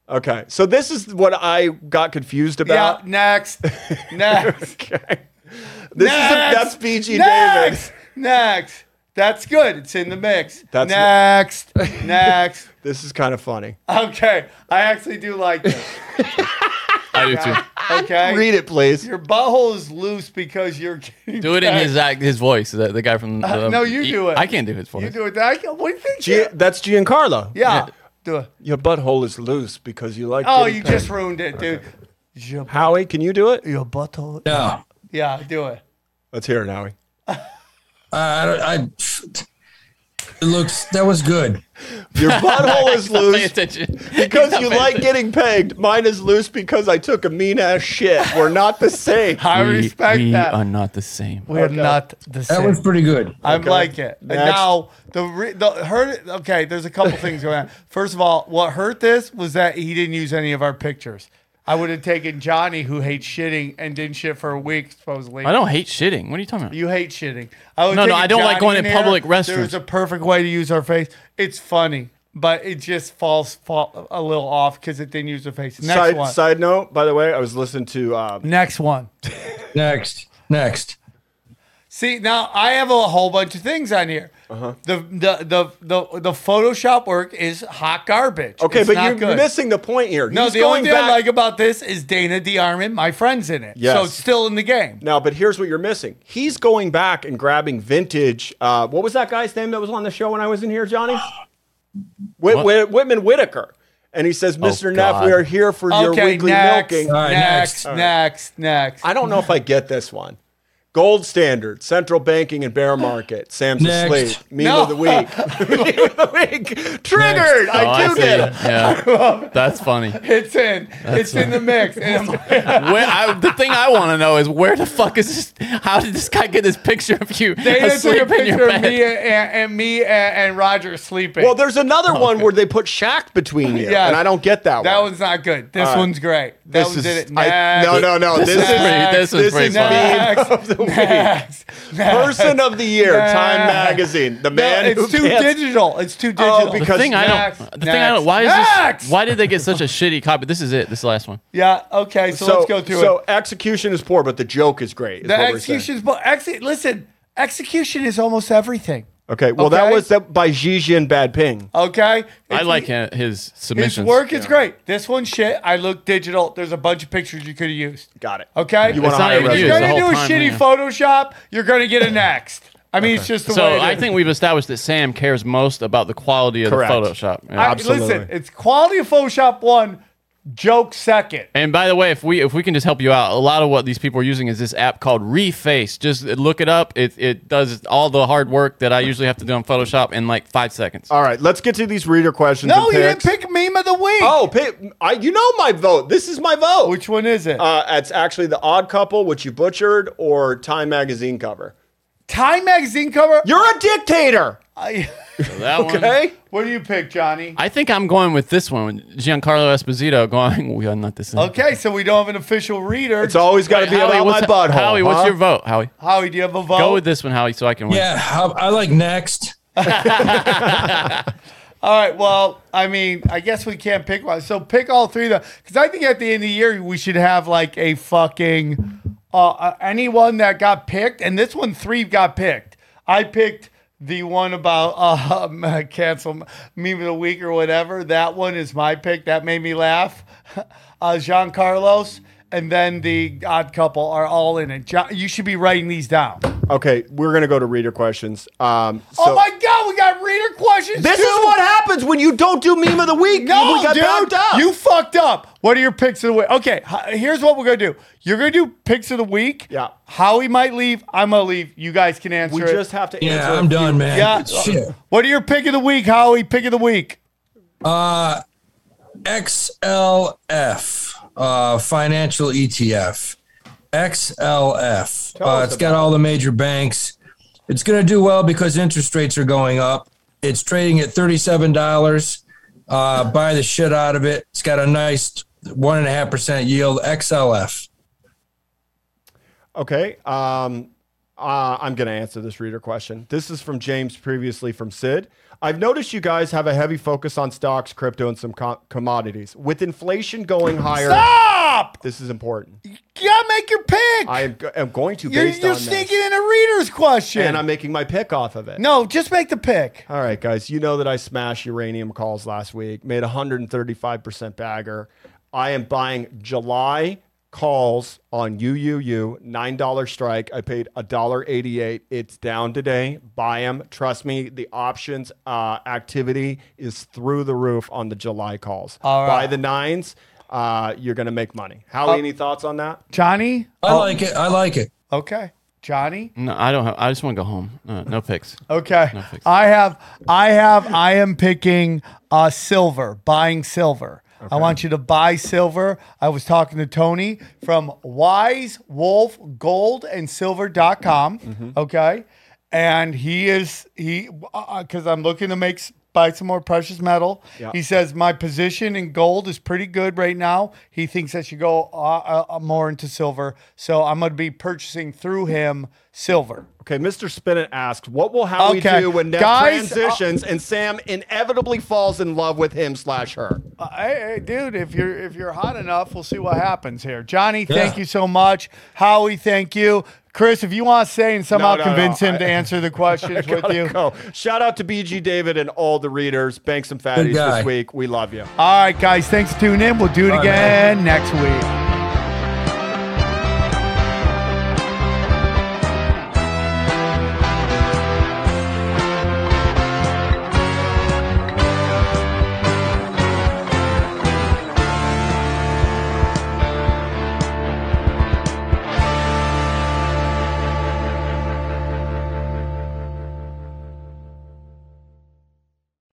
Okay, so this is what I got confused Yeah. about. Next. Next. Okay. This is a, Next. that's BG next. Davis. Next. That's good. It's in the mix. That's- next. next. This is kind of funny. Okay. I actually do like this. I do too. Okay. Read it, please. Your butthole is loose because you're getting Do it in his act, his voice. The, the guy from. The, Uh, no, you do it. I can't do his voice. You do it. I, what do you think? G- that's Giancarlo. yeah. Do it. Your butthole is loose because you like. Oh, getting you paid. just ruined it, dude. Your, Howie, can you do it? your butthole. No, Yeah, do it. Let's hear it, Howie. I, don't- I, it looks that was good. Your butthole is Pay loose attention. Because you like getting pegged, mine is loose because I took a mean ass shit. We're not the same. I we, respect we that. are not the same. We're not the That same. was pretty good. I like it. And Next. now the re- the hurt. Okay, there's a couple things going on. First of all, what hurt this was that he didn't use any of our pictures. I would have taken Johnny, who hates shitting and didn't shit for a week supposedly. I don't hate shitting. What are you talking about? You hate shitting. I would No, no, taken I don't like going in there. public restrooms. There's a perfect way to use our face. It's funny, but it just falls fall a little off because it didn't use the face. Next side, one. side note, by the way, I was listening to. Um, Next one. Next, next. See, now I have a whole bunch of things on here. Uh-huh. The, the the the the Photoshop work is hot garbage. okay, It's but not you're good. missing the point here. No, He's the only going thing back. I like about this is Dana DiArmond, my friend's in it. So Yes. it's still in the game. now, but here's what you're missing. He's going back and grabbing vintage. Uh, what was that guy's name that was on the show when I was in here, Johnny? Whit- What? Whit- Whitman Whitaker. And he says, Mr. Neff, God. we are here for your Oh, okay, weekly next, milking. All right, next, next. next, next. I don't know if I get this one. Gold standard, central banking and bear market. Sam's Next. asleep. Meme No. of the week. Meme of the week. Triggered. Oh, I do see. get it. Yeah, that's funny. It's in. it's in the mix. And I'm- Where, I, the thing I want to know is where the fuck is this? How did this guy get this picture of you Dana took asleep a in your picture of bed? me and, and me and, and Roger sleeping. Well, there's another one where they put Shaq between you, Yeah. and I don't get that, that one. one's not good. This right. one's great. That This one is- did it. I- no, no, no, this is pretty- this is this pretty is funny. meme of the week. next, next. Person of the year, Time Nah. Magazine. The No, man it's who too can't- digital. It's too digital. Oh, The Because thing next, I don't. The thing I next, don't. Why is next! this? Why did they get such a shitty copy? This is it. This is the last one. yeah. Okay. So, let's go through so it. execution is poor, but the joke is great. is The what we're saying. execution's but exe- listen, execution is almost everything. Okay, well, that Okay. was that by Xi Jin Bad Ping. Okay. I It's- like him, his submissions. His work is great. This one's shit. I look digital. There's a bunch of pictures you could have used. Got it. Okay. You want It's to not hire even If resume. you're used. the gonna do whole a time, shitty yeah. Photoshop, you're gonna get a next. I mean, it's just the way. So it I is. think we've established that Sam cares most about the quality of Correct. the Photoshop. Yeah. I- listen, Absolutely. it's quality of Photoshop one, joke second. And by the way, if we if we can just help you out, a lot of what these people are using is this app called Reface. Just look it up. It it does all the hard work that I usually have to do on Photoshop in like five seconds. All right, let's get to these reader questions. No, and you didn't picks. pick meme of the week. Oh, pick, I, you know my vote. This is my vote. which one is it? uh, it's actually the Odd Couple, which you butchered, or Time magazine cover. Time magazine cover. You're a dictator. I- That one. Okay. what do you pick, Johnny? I think I'm going with this one, Giancarlo Esposito. Going, we are not this. okay, so we don't have an official reader. It's always got to be about my butthole. Howie, huh? what's your vote? Howie, Howie, do you have a vote? go with this one, Howie, so I can win. Yeah, I, I like next. All right. Well, I mean, I guess we can't pick one. So pick all three though, because I think at the end of the year we should have like a fucking uh, uh, anyone that got picked, and this one three got picked. I picked the one about uh, um, uh, cancel meme of the week or whatever. That one is my pick. That made me laugh. Uh, Jean Carlos and then the odd couple are all in it. Jo- you should be writing these down. Okay, we're gonna go to reader questions. Um, so oh my God, we got reader questions. This too. is what happens when you don't do meme of the week. No, we got dude, backed up. you fucked up. What are your picks of the week? Okay, h- here's what we're gonna do. You're gonna do picks of the week. Yeah. Howie might leave. I'm gonna leave. You guys can answer. we it. just have to answer. Yeah, a I'm few- done, man. Yeah. Shit. What are your pick of the week, Howie? Pick of the week. XLF, uh, financial ETF. XLF. Uh, it's got all the major banks. It's going to do well because interest rates are going up. It's trading at $37. Uh, buy the shit out of it. It's got a nice 1.5% yield. XLF. Okay. Um, uh, I'm going to answer this reader question. This is from James, previously from Sid. I've noticed you guys have a heavy focus on stocks, crypto, and some co- commodities. With inflation going higher, Stop! this is important. You gotta make your pick. I am, go- am going to you're based you're on sneaking this, in a reader's question. and I'm making my pick off of it. no, just make the pick. All right, guys. You know that I smashed uranium calls last week, made 135% bagger. I am buying July calls on UUU, $9 strike. I paid $1.88. It's down today. Buy them. Trust me, the options uh, activity is through the roof on the July calls. All Buy right. Oh. the nines. Uh, you're going to make money. Howie, any thoughts on that? Johnny. I like it. I like it. Okay. Johnny. No, I don't. Have, I just want to go home. No, no picks. Okay. I have, I have, I am picking uh, silver, buying silver. I want you to buy silver. I was talking to Tony from Wise Wolf Gold and Silver.com. Okay. And he is, he, because I'm looking to make, s- buy some more precious metal. Yeah. He says, my position in gold is pretty good right now. He thinks I should go uh, uh, more into silver. So I'm going to be purchasing through him silver. Okay, Mr. Spinnett asks, "What will Howie Okay. do when Ned Guys, uh- transitions and Sam inevitably falls in love with him slash her?" Uh, Hey, hey, dude, if you're if you're hot enough, we'll see what happens here. Johnny, thank Yeah. you so much. Howie, thank you. Chris, if you want to say and somehow No, no, convince no, him to I- answer the questions with you. Go. Shout out to BG David and all the readers. Banks and fatties guy. this week. We love you. All right, guys, thanks for tuning in. We'll do it All right, again next week.